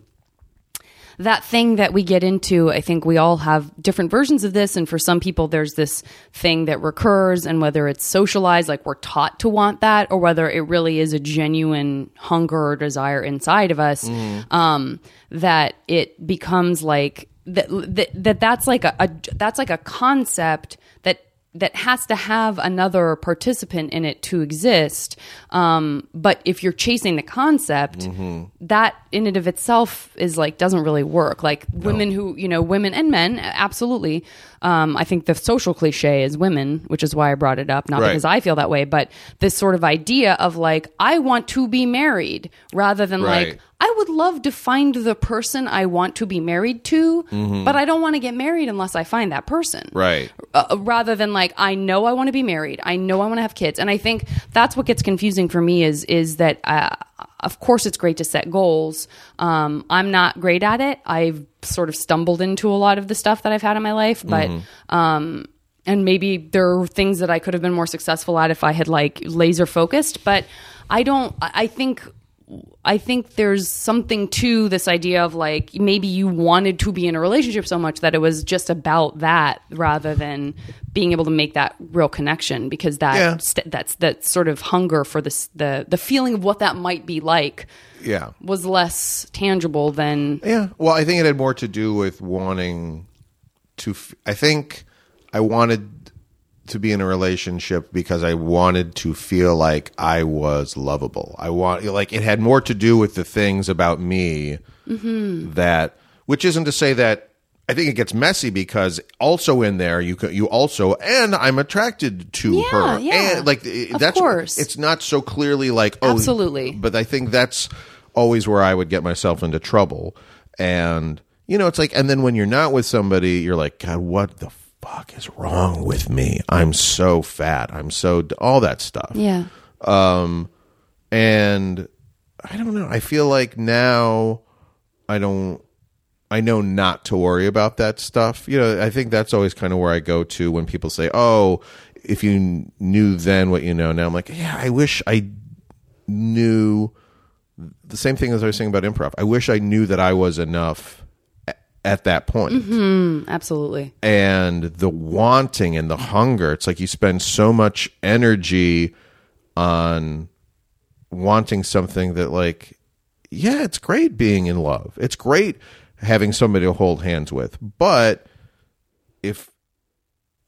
that thing that we get into. I think we all have different versions of this, and for some people, there's this thing that recurs, and whether it's socialized, like we're taught to want that, or whether it really is a genuine hunger or desire inside of us, um, that it becomes like. That, that that that's like a, a that's like a concept that that has to have another participant in it to exist. Um, but if you're chasing the concept,
Mm-hmm.
that in and of itself is like doesn't really work. Like women who, you know, women and men, absolutely. Um, I think the social cliche is women, which is why I brought it up, not
Right.
because I feel that way, but this sort of idea of like, I want to be married rather than
Right.
like, I would love to find the person I want to be married to,
Mm-hmm.
but I don't want to get married unless I find that person
right.
uh, rather than like I know I want to be married, I know I want to have kids, and I think that's what gets confusing for me is is that uh, of course it's great to set goals. Um, I'm not great at it. I've sort of stumbled into a lot of the stuff that I've had in my life, but um, and maybe there are things that I could have been more successful at if I had like laser focused. But I don't. I I think I think there's something to this idea of like maybe you wanted to be in a relationship so much that it was just about that rather than being able to make that real connection because that
Yeah.
st- that's that sort of hunger for this the the feeling of what that might be like
Yeah.
was less tangible than
Yeah. Well, I think it had more to do with wanting to. F- I think I wanted to be in a relationship because I wanted to feel like I was lovable. I want like it had more to do with the things about me
Mm-hmm.
that, which isn't to say that. I think it gets messy because also in there you co- you also and I'm attracted to
Yeah,
her
yeah.
and like it-
Of
that's
course.
it's not so clearly like oh
Absolutely.
but I think that's always where I would get myself into trouble. And you know, it's like, and then when you're not with somebody, you're like, God, what the fuck is wrong with me? I'm so fat. I'm so d- all that stuff.
yeah
And I don't know. I feel like now I don't. I know not to worry about that stuff. You know, I think that's always kind of where I go to when people say, "Oh, if you knew then what you know now." I'm like, "Yeah, I wish I knew the same thing as I was saying about improv. I wish I knew that I was enough a- at that point.
Mm, absolutely
And the wanting and the hunger, it's like you spend so much energy on wanting something that like yeah, it's great being in love. It's great having somebody to hold hands with. But if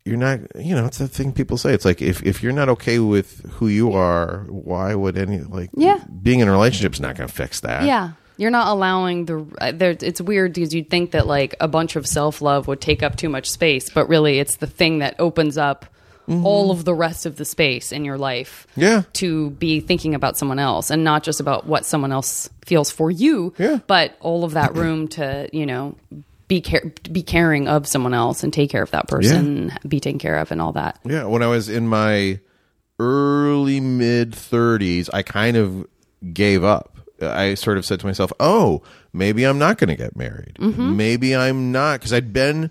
you're not, you know, it's the thing people say. It's like if if you're not okay with who you are, why would any like
Yeah.
being in a relationship's not going to fix that.
Yeah. You're not allowing the. uh, There, it's weird because you'd think that like a bunch of self love would take up too much space, but really it's the thing that opens up all of the rest of the space in your life.
Mm-hmm. Yeah.
To be thinking about someone else and not just about what someone else feels for you,
Yeah.
but all of that room to, you know, be care, be caring of someone else and take care of that person, be taken care of and all that.
Yeah, when I was in my early mid 30s, I kind of gave up. I sort of said to myself, "Oh, maybe I'm not going to get married. Maybe I'm not because I'd been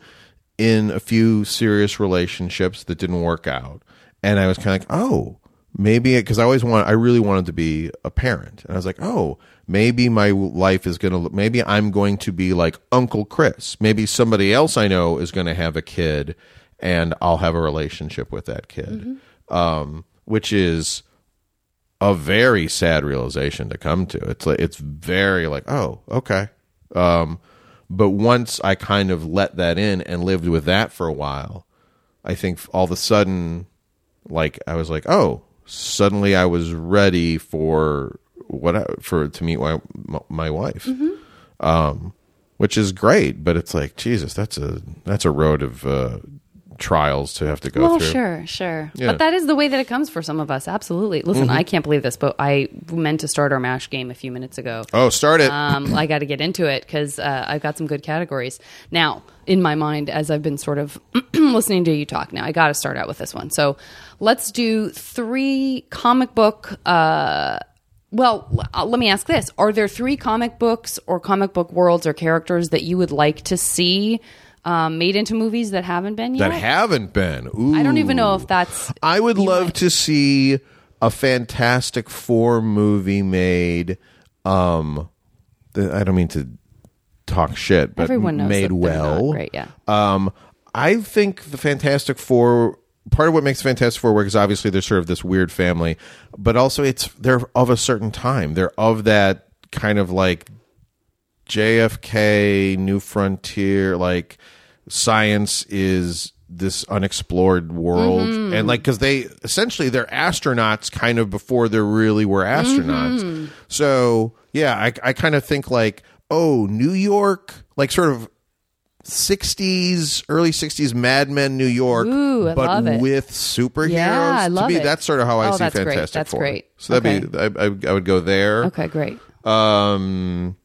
in a few serious relationships that didn't work out, and I was kind of like, "Oh, maybe because I always want, I really wanted to be a parent, and I was like, "Oh, maybe my life is going to, maybe I'm going to be like Uncle Chris. Maybe somebody else I know is going to have a kid, and I'll have a relationship with that kid." Um, which is a very sad realization to come to. It's like it's very like, oh, okay. Um, but once I kind of let that in and lived with that for a while, I think all of a sudden, like I was like, oh, suddenly I was ready for what I, for to meet my my wife,
Mm-hmm.
um, which is great. But it's like Jesus, that's a that's a road of uh, trials to have to go
well,
through.
sure, sure.
Yeah. Mm-hmm.
But that is the way that it comes for some of us. Absolutely. Listen, I can't believe this, but I meant to start our MASH game a few minutes ago.
Oh, start it.
Um, I got to get into it because uh, I've got some good categories. Now, in my mind, as I've been sort of listening to you talk now, I got to start out with this one. So let's do three comic book. Uh, well, l- uh, let me ask this Are there three comic books or comic book worlds or characters that you would like to see um, made into movies that haven't been yet?
that haven't been. Ooh.
I don't even know if that's
I would love to see a Fantastic Four movie made. Um, th- I don't mean to talk shit, but
everyone knows that
made
they're
well.
not great. Yeah.
Um, I think the Fantastic Four. Part of what makes Fantastic Four work is obviously they're sort of this weird family, but also it's they're of a certain time. They're of that kind of like JFK, New Frontier, like science is this unexplored world
Mm-hmm.
and like because they essentially they're astronauts kind of before they really were astronauts
Mm-hmm.
so yeah i, I kind of think like oh new york like sort of 60s early 60s mad men new york
Ooh, I
but
love it.
with superheroes
Yeah, I love
to me
it.
that's sort of how i
Oh,
see
that's great.
fantastic
That's
Four.
great.
so that'd be I, I, I would go there
Okay, great.
um,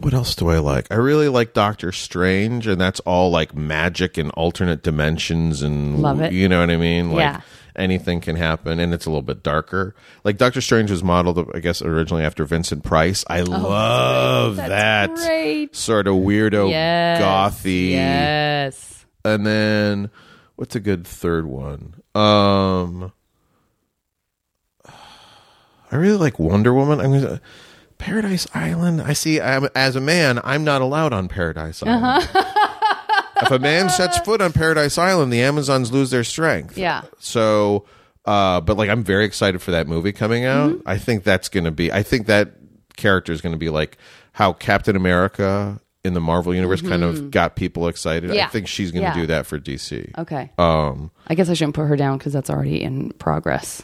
what else do I like? I really like Doctor Strange, and that's all like magic and alternate dimensions, and
Love it.
You know what I mean? Like
Yeah.
anything can happen, and it's a little bit darker. Like Doctor Strange was modeled, I guess, originally after Vincent Price. I love that
Oh, great.
sort of weirdo,
Yes.
gothy,
Yes.
and then what's a good third one? Um, I really like Wonder Woman. I'm gonna Paradise Island. I see. I'm, as a man, I'm not allowed on Paradise Island. if a man sets foot on Paradise Island, the Amazons lose their strength.
Yeah.
So, uh, but like, I'm very excited for that movie coming out.
Mm-hmm.
I think that's going to be. I think that character is going to be like how Captain America in the Marvel universe kind of got people excited.
Mm-hmm. Yeah.
I think she's going to
Yeah. Uh,
do that for DC.
Okay.
Um,
I guess I shouldn't put her down because that's already in progress.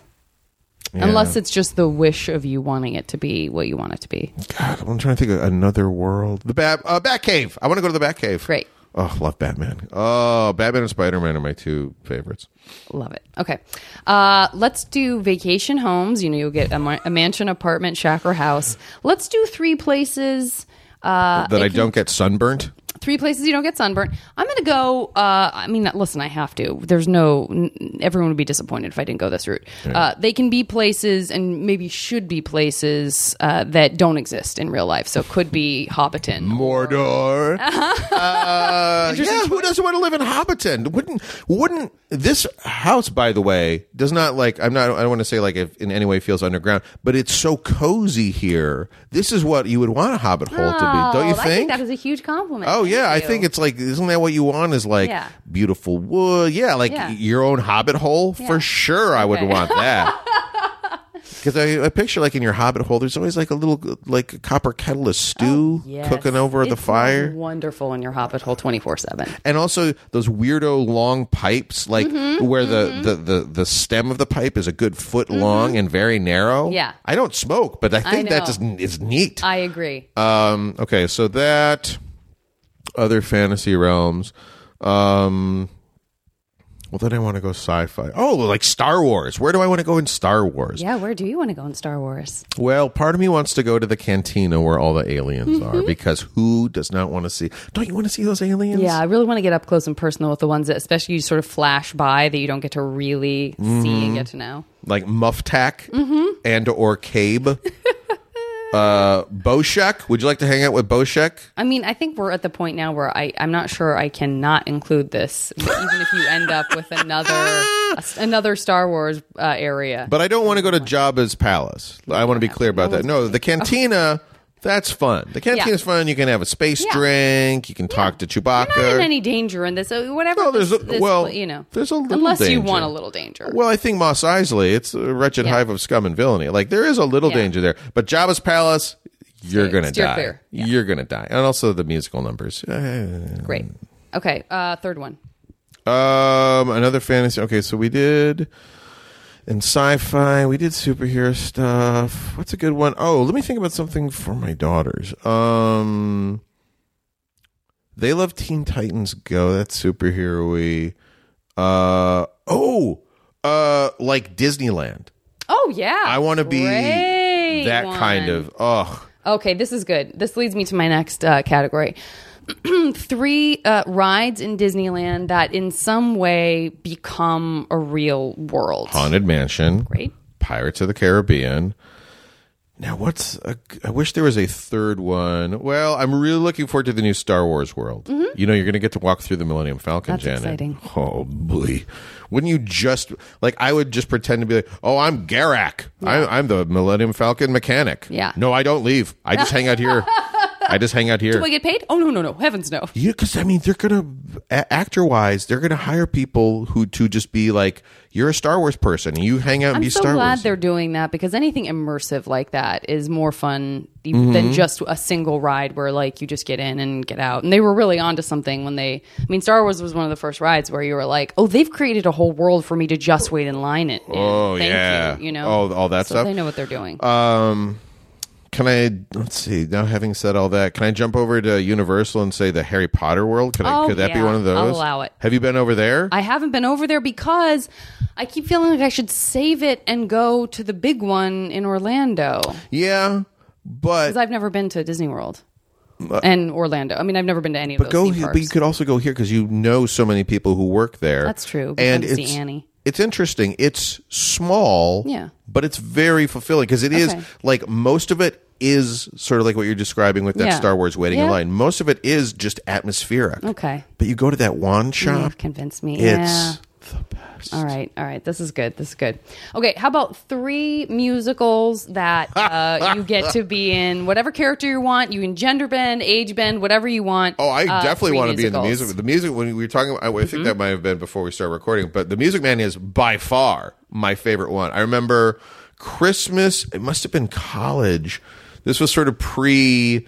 yeah.
Unless it's just the wish of you wanting it to be what you want it to be.
God, I'm trying to think of another world. The Bat uh, Batcave. I want to go to the Batcave.
Great.
Oh, love Batman. Oh, Batman and Spider Man are my two favorites.
Love it. Okay. Uh, let's do vacation homes. You know, you'll get a, ma- a mansion, apartment, shack, or house. Let's do three places. Uh,
that I
if you-
don't get sunburnt.
three places you don't get sunburnt. I'm going to go. Uh, I mean, listen, I have to. There's no. N- everyone would be disappointed if I didn't go this route. Uh, they can be places and maybe should be places uh, that don't exist in real life. So it could be Hobbiton.
Mordor. Uh, yeah, who doesn't want to live in Hobbiton? Wouldn't wouldn't this house? By the way, does not like I'm not. I don't want to say like if in any way feels underground, but it's so cozy here. This is what you would want a Hobbit hole to be, don't you
Oh, I think
think?
that is a huge compliment.
Oh yeah, I
Thank you.
think it's like isn't that what you want? Is like
Yeah.
beautiful wood, yeah, like
Yeah.
your own hobbit hole for sure. I would
Okay.
want that because I, I picture like in your hobbit hole, there's always like a little like a copper kettle of
Oh,
stew
Yes.
cooking over
It
the
smells
fire,
Wonderful in your hobbit hole 24 7.
and also those weirdo long pipes, like
Mm-hmm,
where the, the the the stem of the pipe is a good foot long and very narrow.
Yeah.
I don't smoke, but I think that
know.
just is neat.
I agree.
Um, okay, so that other fantasy realms. Um, well, then I want to go sci-fi. Oh, like Star Wars. Where do I want to go in Star Wars?
yeah, where do you want to go in Star Wars?
Well, part of me wants to go to the cantina where all the aliens are
Mm-hmm.
because who does not want to see? Don't you want to see those aliens?
Yeah, I really want to get up close and personal with the ones that, especially you sort of flash by that you don't get to really
Mm-hmm.
see and get to know.
like Muftak
Mm-hmm.
and or Cabe. uh, Boshek. Would you like to hang out with Boshek?
I mean, I think we're at the point now where I, I'm not sure I cannot include this, even if you end up with another another Star Wars uh, area.
But I don't want to go to Jabba's palace. I want to be clear about that. No, the cantina. That's fun. The cantina's fun. You can have a space
Yeah.
drink. You can talk to Chewbacca.
You're not in any danger in this. uh, Whatever.
No, there's
this,
a-
this,
well,
you know,
there's a little
unless you
danger.
want a little danger.
well, I think Moss Isley. It's a wretched
Yeah.
hive of scum and villainy. Like there is a little
Yeah.
danger there, but Jabba's palace, you're
Steer-
gonna
steer
die.
clear. Yeah.
You're gonna die, and also the musical numbers. Uh,
Great. Okay. Uh, third one.
Um, another fantasy. Okay, so we did in sci-fi. We did superhero stuff. What's a good one? Oh, let me think about something for my daughters. Um, they love Teen Titans Go. That's superhero-y. Uh, oh, uh, like Disneyland.
Oh yeah.
I want to be
Great
that kind
one.
of. Oh,
Okay, this is good. This leads me to my next uh, category. Three uh, rides in Disneyland that in some way become a real world.
Haunted Mansion.
Great.
Pirates of the Caribbean. Now, what's a, I wish there was a third one. Well, I'm really looking forward to the new Star Wars world. You know, you're going to get to walk through the Millennium Falcon,
Mm-hmm. That's
Janet.
exciting.
Oh boy! Wouldn't you just like? I would just pretend to be like, "Oh, I'm Garak. I'm, I'm the Millennium Falcon mechanic."
Yeah.
No, I don't leave. I just hang out here. I just hang out here.
Do I get paid? Oh no, no, no! Heavens no!
Yeah, because I mean, they're gonna a- actor-wise, they're gonna hire people who to just be like, "You're a Star Wars person. You hang out and
I'm
be
so
Star
glad
Wars."
they're doing that because anything immersive like that is more fun e-
Mm-hmm.
than just a single ride where like you just get in and get out. And they were really onto something when they. I mean, Star Wars was one of the first rides where you were like, "Oh, they've created a whole world for me to just wait in line." It.
Oh,
Thank
yeah.
You, you know.
All- all that
So
stuff? Uh,
They know what they're doing.
Can I let's see now? Having said all that, can I jump over to Universal and say the Harry Potter world? Can I,
Oh,
could that be
yeah.
one of those?
I'll allow it.
Have you been over there?
I haven't been over there because I keep feeling like I should save it and go to the big one in Orlando
yeah,
because
but
I've never been to Disney World and Orlando. I mean, I've never been to any of
Uh, but
those
go.
theme
he- But
parks.
you could also go here because you know so many people who work there.
That's true. We've
And
been to see
it's
Annie.
it's interesting. It's small.
Yeah.
but it's very fulfilling because it is
Okay.
like most of it is sort of like what you're describing with that
Yeah.
Star Wars waiting in
Yeah.
line. Most of it is just atmospheric.
okay,
But you go to that wand shop.
you've convinced me.
It's
yeah. All right, all right. This is good. This is good. Okay, how about three musicals that uh, you get to be in, whatever character you want. You can gender bend, age bend, whatever you want.
Oh, I
Uh,
definitely
three
want to be in the
musicals. Mm-hmm.
music. The music when we were talking, I, I think that might have been before we started recording. But the Music Man is by far my favorite one. I remember Christmas. It must have been college. This was sort of pre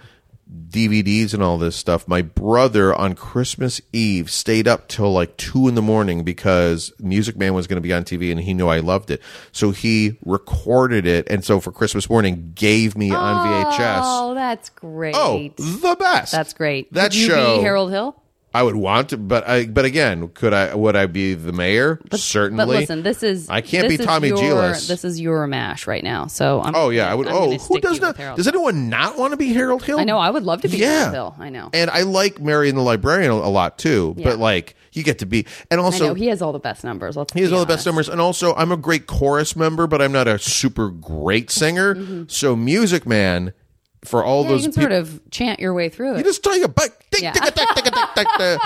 DVDs and all this stuff. My brother on Christmas Eve stayed up till like two in the morning because Music Man was going to be on TV, and he knew I loved it, so he recorded it. And so for Christmas morning, gave me on VHS.
Oh, that's great.
Oh, the best!
that's great.
That
Would you
show,
be Harold Hill.
I would want to, but I, but again, could I? Would I be the mayor? Certainly.
But listen, this is
I can't
this
be
is
Tommy
your,
Gilas.
This is your mash right now. So I'm,
oh yeah, I would.
I'm
oh,
gonna
who
stick
does
you with
not?
Harold.
Does anyone not want to be Harold Hill?
I know. I would love to be
Yeah.
Harold Hill. I know.
and I like Mary and the Librarian a a lot too.
Yeah.
But like, you get to be, and
I
also
know he has all the best numbers. Let's
He has
be
all the best
honest.
numbers, and also I'm a great chorus member, but I'm not a super great singer. So, Music Man, for all
Mm-hmm. Yeah,
those
you can
people,
sort of chant your way through it.
you just tie your bike, tick,
Yeah.
tick, tick, tick, tick, tick, tick,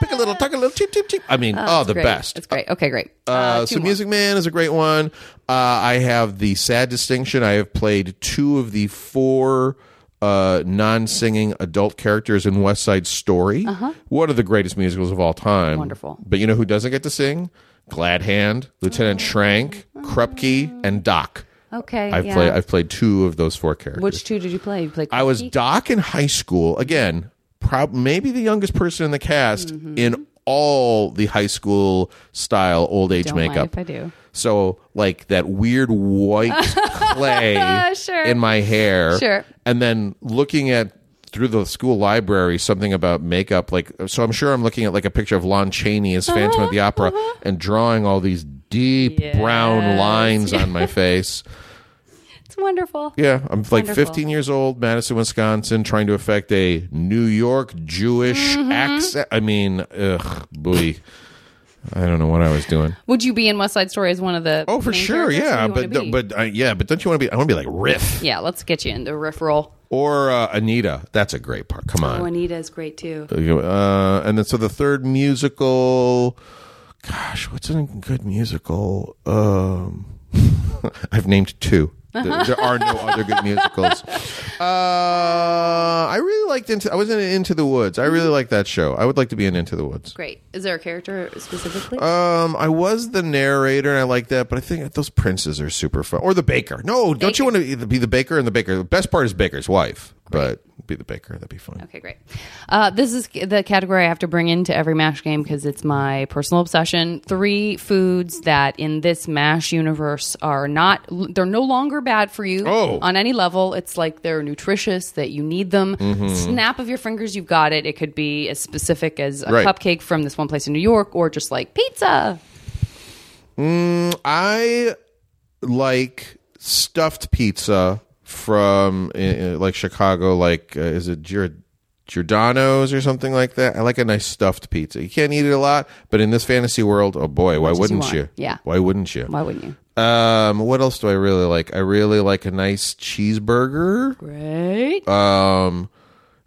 pick a little, tuck a little, cheep, cheep, cheep. I mean, oh, the
great.
best.
That's great. Okay, great. Uh,
Uh,
two
so
more.
Music Man is a great one. Uh, I have the sad distinction. I have played two of the four uh, non-singing adult characters in West Side Story. One of the greatest musicals of all time.
Uh-huh. Wonderful.
But you know who doesn't get to sing? Glad Hand, Lieutenant Shrank, Krupke, and Doc.
Okay.
I've
Oh. yeah.
played. I've played two of those four characters.
Which two did you play? You played.
I was
Krupke?
Doc in high school. Again, prob- maybe the youngest person in the cast
Mm-hmm.
in all the high school style old age
Don't
makeup.
Mind if I do.
So like that weird white clay
Sure.
in my hair.
Sure.
And then looking at through the school library something about makeup like so I'm sure I'm looking at like a picture of Lon Chaney as Phantom of the
Uh-huh.
Opera and drawing all these deep brown
Yes.
lines on my face.
It's wonderful.
Yeah, I'm like
Wonderful.
15 years old, Madison, Wisconsin, trying to affect a New York Jewish
Mm-hmm.
accent. I mean, ugh, boy. I don't know what I was doing.
Would you be in West Side Story as one of the?
Oh, for
main
sure,
characters?
yeah,
Who do you
but
wanna be?
but uh, yeah, but don't you want to be? I want to be like Riff
yeah, let's get you into riff roll.
or uh, Anita. That's a great part. Come
Oh,
on,
Anita is great too.
uh, and then so the third musical. Gosh, what's a good musical? Um, I've named two. There, there are no other good musicals. Uh, I really liked into. I was in Into the Woods. I really liked that show. I would like to be in Into the Woods.
Great. Is there a character specifically?
Um, I was the narrator, and I like that. But I think those princes are super fun, or the baker. No, don't you want to be the baker and the baker? The best part is baker's wife, but be the baker. That'd be fun.
Okay, great. Uh, this is the category I have to bring into every MASH game because it's my personal obsession. Three foods that in this MASH universe are not, they're no longer bad for you
Oh.
on any level. It's like they're nutritious, that you need them.
Mm-hmm.
Snap of your fingers, you've got it. It could be as specific as a
Right.
cupcake from this one place in New York or just like pizza.
I like stuffed pizza from uh, uh, like Chicago. Like, uh, is it Giord- Giordano's or something like that? I like a nice stuffed pizza. You can't eat it a lot, but in this fantasy world, oh boy, why wouldn't
want.
you,
Yeah.
why wouldn't you?
Why wouldn't you?
Um, what else do I really like? I really like a nice cheeseburger.
Great.
Um,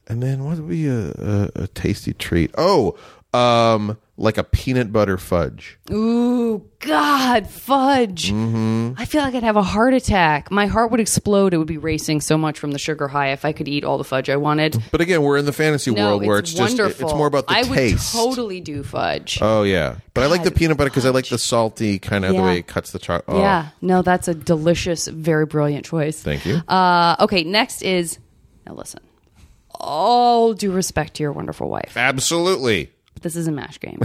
and then what would be a, a, a tasty treat? Oh, um, like a peanut butter fudge.
Ooh, God, fudge.
Mm-hmm.
I feel like I'd have a heart attack. My heart would explode. It would be racing so much from the sugar high if I could eat all the fudge I wanted.
But again, we're in the fantasy
No,
world
it's,
where it's
wonderful.
just it's more about the
I
taste.
would totally do fudge.
oh yeah, but I like the peanut butter because I like the salty kind of the
Yeah.
way it cuts the chocolate. Oh,
Yeah, no, that's a delicious, very brilliant choice.
thank you.
Uh, okay, next is now listen. All due respect to your wonderful wife.
Absolutely,
This is a mash game.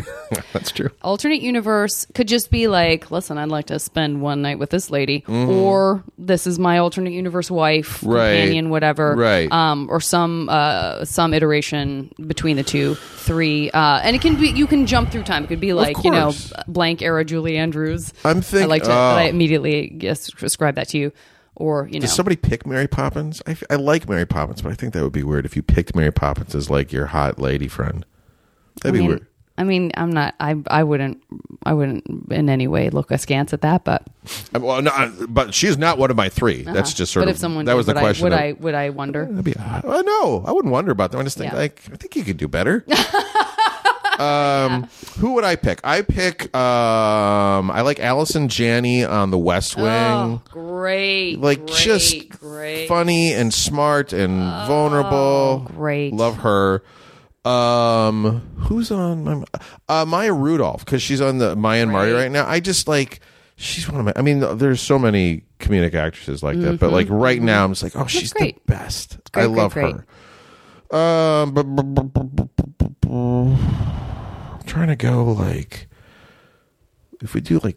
that's true.
alternate universe could just be like, listen, I'd like to spend one night with this lady, or this is my alternate universe wife,
Mm-hmm. Right.
companion, whatever,
Right.
Um, or some uh, some iteration between the two, three, uh, and it can be you can jump through time. It could be like you know
course.
blank era Julie Andrews.
I'm think-
I like to,
oh.
but I immediately guess ascribe that to you, or you know.
Does somebody pick Mary Poppins? I, f- I like Mary Poppins, but I think that would be weird if you picked Mary Poppins as like your hot lady friend. That'd
I
be
mean,
weird.
I mean, I'm not. I I wouldn't. I wouldn't in any way look askance at that. But uh,
I- Uh, well, no, I- but she's not one of my 3 That's just sort
Uh-huh. but
of
if someone
that
did,
was the
would
question.
I, would
that-
I would I wonder?
That'd be. Uh, no, I wouldn't wonder about them. I just think
Yeah.
like I think you could do better. Um, who would I pick? I pick. Um, I like Allison Janney on The West
Oh,
Wing.
Great.
like
great,
just
great. Oh,
funny and smart and vulnerable.
great.
love her. Um, who's on my uh, Maya Rudolph because she's on the Maya and Marty
Right.
right now. I just like she's one of my. I mean, there's so many comedic actresses like that, but like right now, I'm just like, oh, she's the
Mm-hmm, great.
best.
great,
I love
great,
her. Um, but, I'm trying to go like if we do like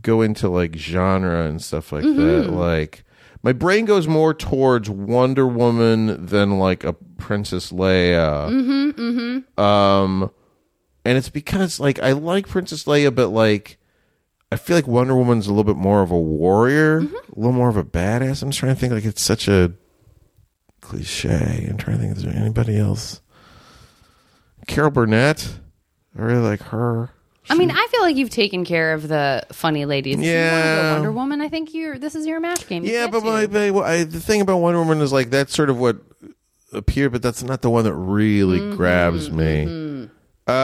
go into like genre and stuff like
Mm-hmm.
that, like my brain goes more towards Wonder Woman than like a Princess Leia. Mm-hmm, mm-hmm. Um, and it's because like I like Princess Leia, but like I feel like Wonder Woman's a little bit more of a warrior,
Mm-hmm.
a little more of a badass. I'm just trying to think like it's such a cliche. I'm trying to think is there anybody else. Carol Burnett, I really like her.
I mean, I feel like you've taken care of the funny ladies. If you wanna go
Yeah.
Wonder Woman. I think you're. This is your match game. You
Yeah,
get
but,
to.
my, but what I, the thing about Wonder Woman is like that's sort of what appeared, but that's not the one that really
Mm-hmm,
grabs me.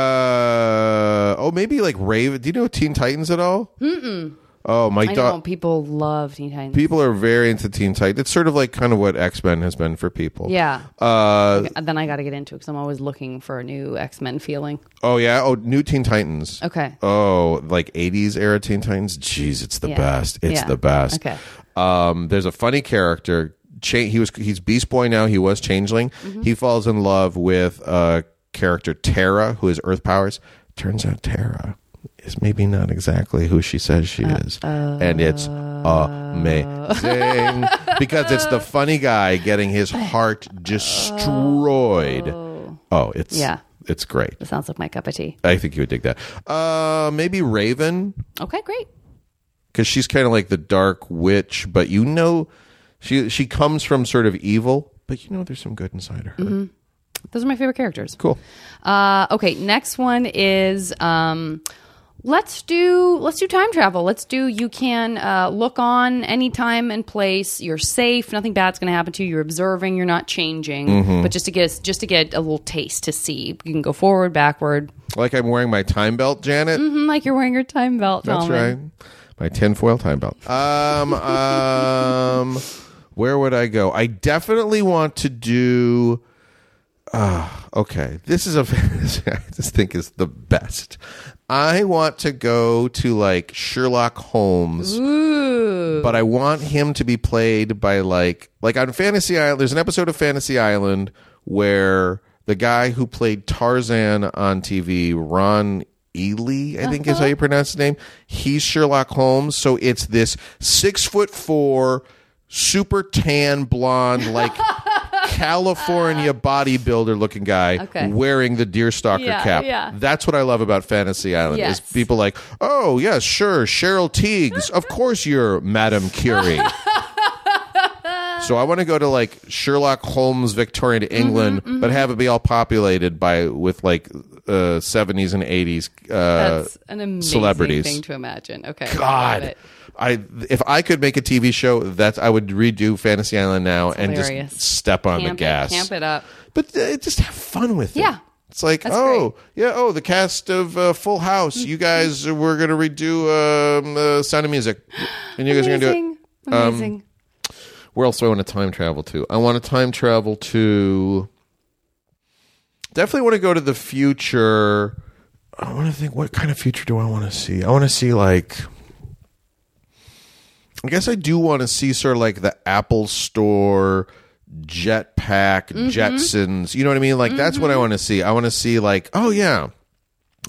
Uh oh, maybe like Raven. Do you know Teen Titans at all? Mm-mm. Oh, my
I know
dog.
people love Teen Titans.
People are very into Teen Titans. It's sort of like kind of what X Men has been for people.
yeah.
Uh
then I got to get into it because I'm always looking for a new X Men feeling.
oh yeah oh new Teen Titans.
Okay.
Oh, like 80s era Teen Titans. Jeez, it's the
Yeah.
best. It's
Yeah.
the best.
Okay.
Um, there's a funny character. Cha- he was he's Beast Boy now. He was Changeling.
Mm-hmm.
He falls in love with a character Terra, who is Earth powers. Turns out Terra is maybe not exactly who she says she
Uh,
is, and it's amazing because it's the funny guy getting his heart destroyed. Oh, it's
Oh. Yeah.
it's great.
It sounds like my cup of tea.
I think you would dig that. Uh, maybe Raven
Okay, great.
because she's kind of like the dark witch, but you know, she she comes from sort of evil, but you know, there's some good inside her.
Those are my favorite characters.
Cool.
Uh, okay, next one is um, let's do let's do time travel. Let's do you can uh, look on any time and place. You're safe. Nothing bad's going to happen to you. You're observing. You're not changing.
Mm-hmm.
But just to get just to get a little taste to see, you can go forward, backward,
Like I'm wearing my time belt, Janet.
Mm, like you're wearing your time belt.
That's
Solomon.
right. My tinfoil time belt. Um, um, where would I go? I definitely want to do. Ah, okay. This is a I just think is the best. I want to go to like Sherlock Holmes, but I want him to be played by like like on Fantasy Island. There's an episode of Fantasy Island where the guy who played Tarzan on TV, Ron Ely, I think is
Uh-huh.
how you pronounce his name. He's Sherlock Holmes, so it's this six foot four, super tan blonde like. California bodybuilder looking guy
Okay.
wearing the deerstalker
Yeah,
cap.
yeah.
That's what I love about Fantasy Island
Yes.
is people like, oh yes, sure, Cheryl Teagues. of course you're Madame Curie. so I want to go to like Sherlock Holmes Victorian
Mm-hmm,
England, but have it be all populated by with like uh, 70s and 80s. Uh,
That's an amazing
celebrities.
thing to imagine. Okay, I love
God.
it.
I if I could make a TV show, that's I would redo Fantasy Island now and
hilarious.
just step on
Camp
the gas.
it, camp it up.
But uh, just have fun with it.
Yeah.
It's like,
That's
oh, yeah, oh, the cast of uh, Full House. You guys,
Mm-hmm.
uh, we're going to redo um, uh, Sound of Music. And you guys are going to do Um,
Amazing, amazing.
it. Where else do I want to time travel to? I want to time travel to. Definitely want to go to the future. I want to think, what kind of future do I want to see? I want to see, like. I guess I do want to see sort of like the Apple Store, Jetpack,
Mm-hmm.
Jetsons. You know what I mean? Like that's what I want to see. I want to see like, oh yeah,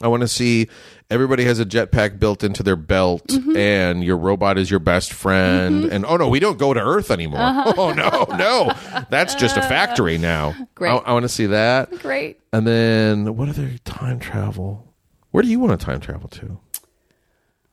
I want to see everybody has a jetpack built into their belt, and your robot is your best friend. And oh no, we don't go to Earth anymore. Oh no, no, that's just a factory now.
Great.
I, I want to see that.
Great.
And then what other time travel? Where do you want to time travel to?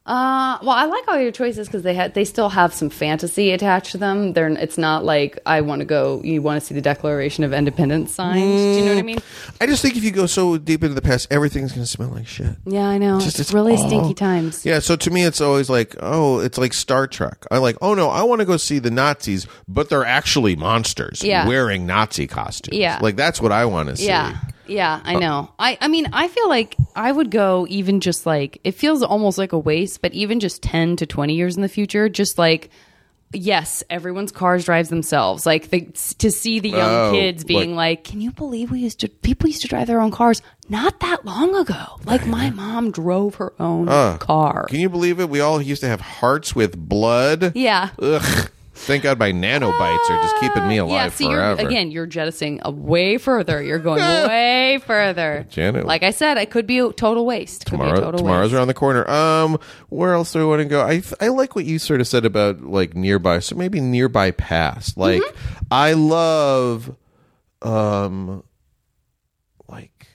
Uh, well, I like all your choices because they had they still have some fantasy attached to them. They're it's not like I want to go. You want to see the Declaration of Independence signed? Do you know what I mean?
I just think if you go so deep into the past, everything's going to smell like shit.
Yeah, I know.
Just-
Oh, it's,
it's
really
all-
stinky times.
Yeah, so to me, it's always like, oh, it's like Star Trek. I like, oh no, I want to go see the Nazis, but they're actually monsters
Yeah.
wearing Nazi costumes.
Yeah.
like that's what I want to Oh. see.
Yeah, yeah. Yeah, I know. I, I mean, I feel like I would go even just like, it feels almost like a waste, but even just 10 to 20 years in the future, just like, yes, everyone's cars drives themselves. Like the, to see the young
Oh,
kids being
what-
like, can you believe we used to, people used to drive their own cars not that long ago. Like my mom drove her own car.
Can you believe it? We all used to have hearts with blood.
yeah.
Ugh. Thank God my nanobites are just keeping me alive
Ah, yeah, see,
forever.
You're, again, you're jettisoning a way further. You're going way further.
Janet.
Like I said, it could be a total waste. Could be a
Tomorrow,
total
tomorrow's
waste.
around the corner. Um, where else do I want to go? I th- I like what you sort of said about like nearby. So maybe nearby past. Like
Mm-hmm.
I love, um, like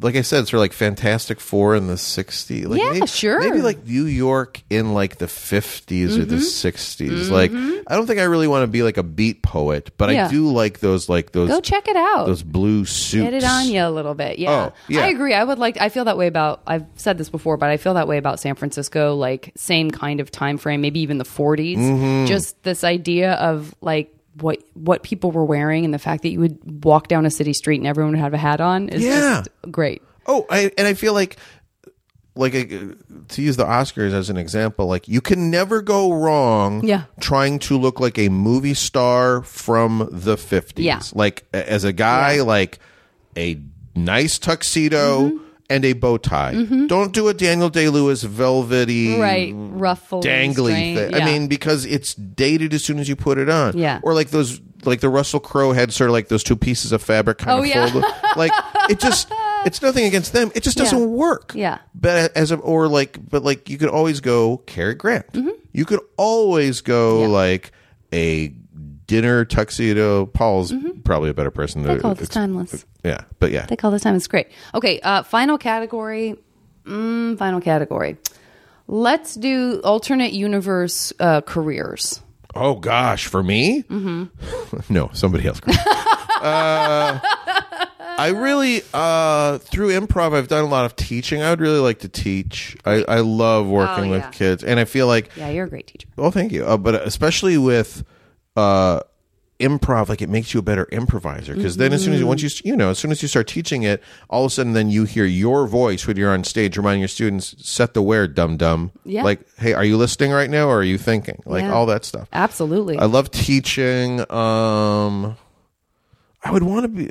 like I said, sort of like Fantastic Four in the '60s. Like
Yeah,
maybe,
sure.
Maybe like New York in like the '50s or
Mm-hmm.
the '60s. Like I don't think I really want to be like a beat poet, but
Yeah.
I do like those like those
Go check it out.
those blue suits.
Get it on you a little bit. Yeah.
Oh, yeah.
I agree. I would like I feel that way about I've said this before, but I feel that way about San Francisco, like same kind of time frame, maybe even the 40s.
Mm-hmm.
Just this idea of like what what people were wearing and the fact that you would walk down a city street and everyone would have a hat on is
Yeah.
just great.
Oh, I, and I feel like, like uh, to use the Oscars as an example, like you can never go wrong.
Yeah.
trying to look like a movie star from the fifties.
Yeah.
like a- as a guy, like a nice tuxedo.
Mm-hmm.
And a bow tie. Don't do a Daniel Day Lewis velvety,
Right. Ruffle
Mm. dangly thing. I mean, because it's dated as soon as you put it on.
Yeah.
Or like those, like the Russell Crowe had sort of like those two pieces of fabric kind
Oh,
of
yeah.
folded. Like it just, it's nothing against them. It just doesn't work.
Yeah.
But as a, or like, but like you could always go Cary Grant. You could always go
Mm-hmm. Yeah.
like a dinner tuxedo. Paul's
Mm-hmm.
probably a better person.
they
to-
call this
Uh, it's-
timeless.
Yeah. But yeah.
They call this time. It's great. Okay, uh, final category. Mm, final category. Let's do alternate universe uh, careers.
Oh gosh, for me? Mm-hmm. no, somebody else. uh, I really uh, through improv, I've done a lot of teaching. I would really like to teach. I, I love working
Oh, yeah.
with kids, and I feel like
Yeah, you're a great teacher.
well, thank you. Uh, but especially with uh, improv, like it makes you a better improviser because then as soon as you once you you know as soon as you start teaching it, all of a sudden then you hear your voice when you're on stage reminding your students set the where dum dum.
Yeah.
Like hey, are you listening right now or are you thinking? Like
Yeah.
all that stuff.
Absolutely.
I love teaching. Um, I would want to be.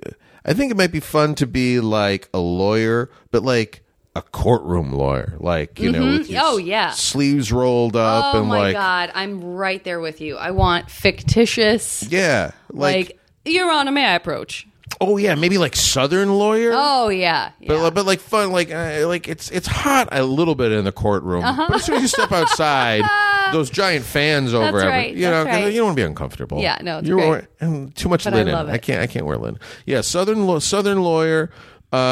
I think it might be fun to be like a lawyer, but like a courtroom lawyer, like you know, with your
Oh,
s-
yeah.
sleeves rolled up
oh
and
my
like
god, I'm right there with you. I want fictitious,
yeah,
like,
like,
Your Honor, may I approach?
oh yeah, maybe like southern lawyer.
Oh yeah, yeah.
But, but like fun, like uh, like it's it's hot a little bit in the courtroom.
Uh-huh.
But as soon as you step outside, those giant fans over every-
right,
you know
that's
'cause
right.
you don't want to be uncomfortable.
Yeah, no, it's
You're
great.
wearing- and too much
But I
linen.
love it.
I can't I can't wear linen. Yeah, southern law- southern lawyer,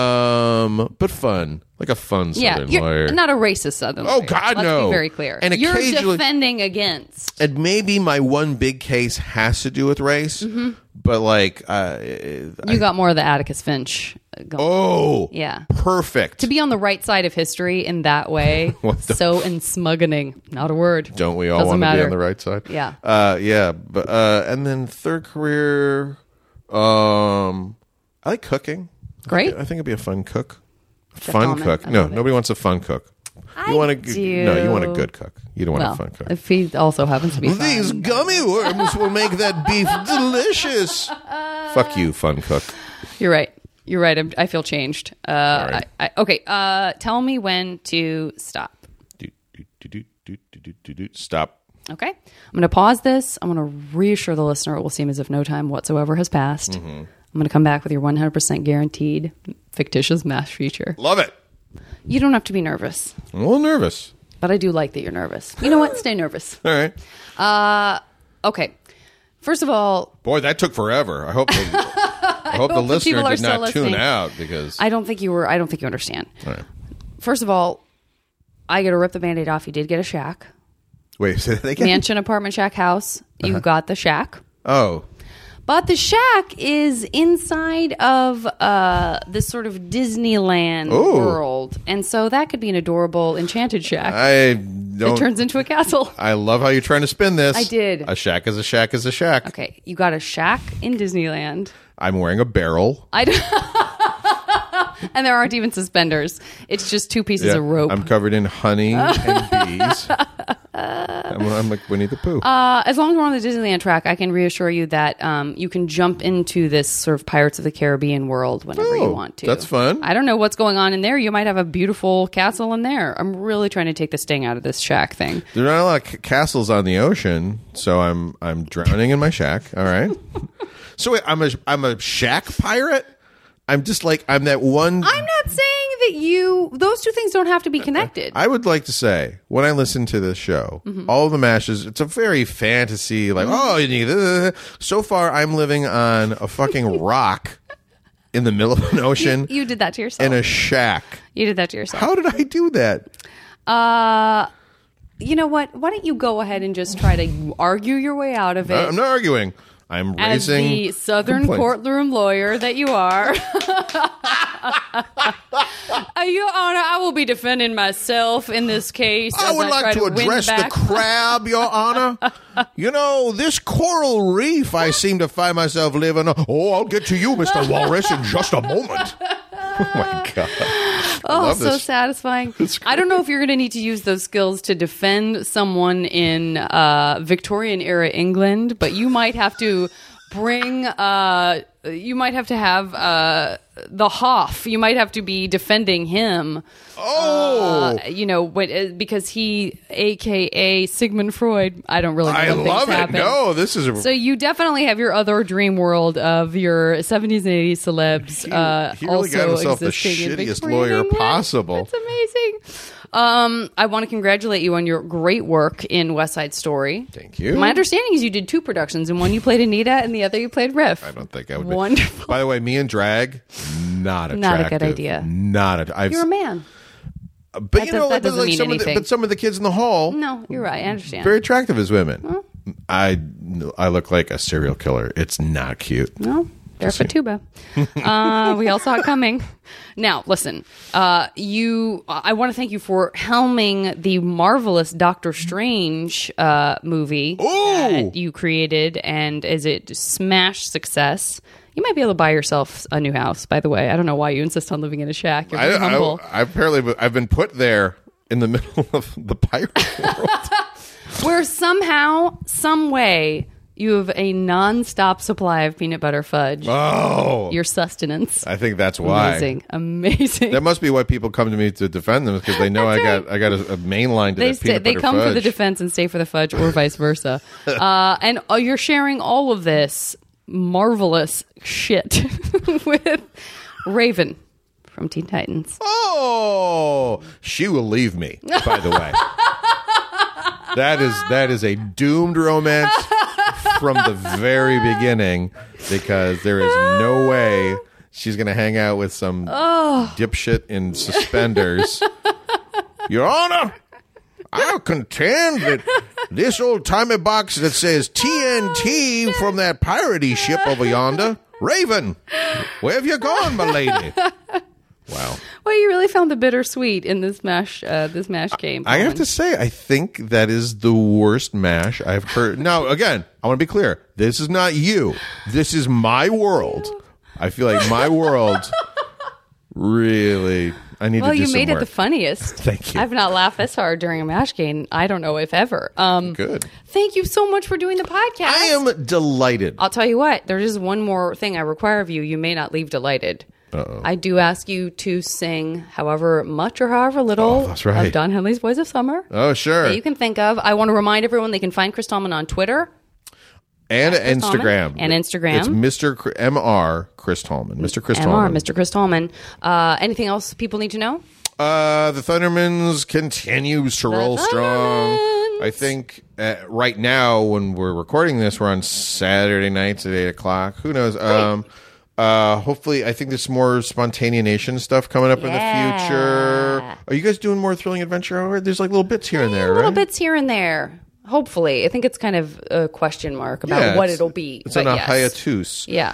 um, but fun like a fun
yeah,
southern
you're
lawyer.
not a racist Southern.
Oh,
lawyer.
God,
Let's
no.
Be very clear.
And
you're
occasionally-
defending against.
and maybe my one big case has to do with race,
Mm-hmm.
but like, uh,
You got more of the Atticus Finch. uh, Going.
oh,
Yeah.
perfect.
to be on the right side of history in that way so ensmuggening not a word
Don't we all
Doesn't
want to be
matter.
on the right side?
Yeah.
Uh, yeah. But uh, and then third career, um, I like cooking.
Great.
I think it'd be a fun cook. fun
Allman.
cook.
I
No,
love it.
nobody wants a fun cook.
I
you want a
do.
no? You want a good cook. You don't want a
well
fun cook.
if he also happens to be
These
fun.
gummy worms will make that beef delicious. Fuck you, fun cook.
you're right you're right I'm, i feel changed uh,
right.
I, I, okay uh, tell me when to stop
Do, do, do, do, do, do, do, do. Stop.
okay i'm going to pause this i'm going to reassure the listener it will seem as if no time whatsoever has passed i'm going to come back with your 100% guaranteed fictitious mass feature
Love it.
you don't have to be nervous
I'm a little nervous.
but i do like that you're nervous you know what stay nervous
All right.
okay first of all
Boy, that took forever. I hope the, I hope
hope
the
the
listener
people are
did
still
not tune
listening.
out because
I don't think you were. I don't think you understand.
All right.
First of all, I got to rip the band-aid off. You did get a shack,
Wait, say that again?
mansion, apartment, shack, house. You
Uh-huh.
got the shack,
Oh,
but the shack is inside of uh, this sort of Disneyland
Ooh.
world, and so that could be an adorable enchanted shack.
I
It
don't.
turns into a castle.
I love how you're trying to spin this.
I did.
A shack is a shack is a shack.
Okay, you got a shack in Disneyland.
I'm wearing a barrel.
I don't. and there aren't even suspenders. It's just two pieces
Yeah,
of rope.
I'm covered in honey and bees. I'm, I'm like Winnie the Pooh.
Uh, as long as we're on the Disneyland track, I can reassure you that um, you can jump into this sort of Pirates of the Caribbean world whenever you
Oh,
want to.
that's fun.
I don't know what's going on in there. You might have a beautiful castle in there. I'm really trying to take the sting out of this shack thing.
There are not a lot of c- castles on the ocean, so I'm I'm drowning in my shack. All right. so wait, I'm a I'm a shack pirate. I'm just like I'm that one.
I'm not saying that you; those two things don't have to be connected.
I would like to say when I listen to this show,
Mm-hmm.
all the mashes. It's a very fantasy like oh. You need, uh, so far, I'm living on a fucking rock in the middle of an ocean
you did that to yourself.
in a shack.
you did that to yourself.
How did I do that?
Uh, you know what? Why don't you go ahead and just try to argue your way out of it?
I'm not arguing. I'm
as
raising
the Southern
complaints.
courtroom lawyer that you are. Uh, Your Honor, I will be defending myself in this case.
I
as
would
try
like to
win
address the
back-
crab, Your Honor. you know, this coral reef I seem to find myself living on. Oh, I'll get to you, Mr. Walrus, in just a moment. Oh, my God. I
Oh,
love
so
this.
satisfying. I don't know if you're going to need to use those skills to defend someone in uh, Victorian era England, but you might have to bring. Uh, you might have to have uh, the Hoff. You might have to be defending him.
Oh,
uh, you know, when, uh, because he, aka Sigmund Freud, I don't really. know
I
when things
love it.
happen.
No, this is a.
So you definitely have your other dream world of your 70s and 80s celebs.
He-
uh,
he really
also
got himself the
existing in
shittiest
Victorian
lawyer
England.
possible.
That's amazing. Um, I want to congratulate you on your great work in West Side Story.
Thank you.
My understanding is you did two productions, and one you played Anita, and the other you played Riff.
I don't think I would. be-
Wonderful.
By the way, me and drag, not attractive.
Not a good idea.
Not a, I've,
You're a man.
but you
does-
know,
that
but
doesn't
like
mean
some of the,
anything.
but some of the kids in the hall,
No, you're right. I understand.
very attractive as women. I I look like a serial killer. It's not cute.
No, they're for tuba. Uh, we all saw it coming. Now, listen, uh, you. I want to thank you for helming the marvelous Doctor Strange uh, movie that you created, and is it smash success? You might be able to buy yourself a new house. By the way, I don't know why you insist on living in a shack. You're
I,
very
I,
humble.
I apparently I've been put there in the middle of the pirate world.
where somehow, some way, you have a nonstop supply of peanut butter fudge.
oh,
Your sustenance.
I think that's why.
Amazing, amazing.
That must be why people come to me to defend them because they know I
That's
got I got a, a main line to
they
that
stay,
peanut
they
butter
come for the
fudge.
defense and stay for the fudge or vice versa uh, and uh, you're sharing all of this marvelous shit with raven from teen titans
oh, she will leave me. By the way, that is that is a doomed romance from the very beginning because there is no way she's going to hang out with some dipshit in suspenders. Your Honor, I contend that this old timey box that says TNT from that piratey ship over yonder, Raven, where have you gone, my lady? Wow.
well you really found the bittersweet in this mash uh, this mash game
I have
Colin.
to say, I think that is the worst mash I've heard. now, again, I want to be clear. This is not you. This is my world. I feel like my world really. I need
well
to do
you
some
made
work.
it the funniest
Thank you.
i've not laughed this hard during a mash game i don't know if ever um,
Good.
thank you so much for doing the podcast
I am delighted.
I'll tell you what, there is one more thing I require of you. You may not leave delighted. I do ask you to sing however much or however little
Oh, that's right.
of Don Henley's Boys of Summer
oh, sure.
that you can think of. I want to remind everyone they can find Chris Tallman on Twitter.
and
Chris
Instagram.
Tallman. And Instagram.
It's Mr. Cr- Mr. Chris Tallman. Mr. Chris
MR,
Tallman.
Mr. Chris Tallman. Uh, anything else people need to know?
Uh, the Thundermans continues to roll strong.
Thundermans.
I think uh, right now when we're recording this, we're on Saturday nights at eight o'clock. Who knows? Um, uh, hopefully, I think there's more spontaneation stuff coming up in the future. Are you guys doing more thrilling adventure hour? There's like little bits here and there,
Little
right?
bits here and there. Hopefully. I think it's kind of a question mark about
Yeah,
what
it's-
it'll be.
It's
but
on a
yes.
hiatus.
Yeah.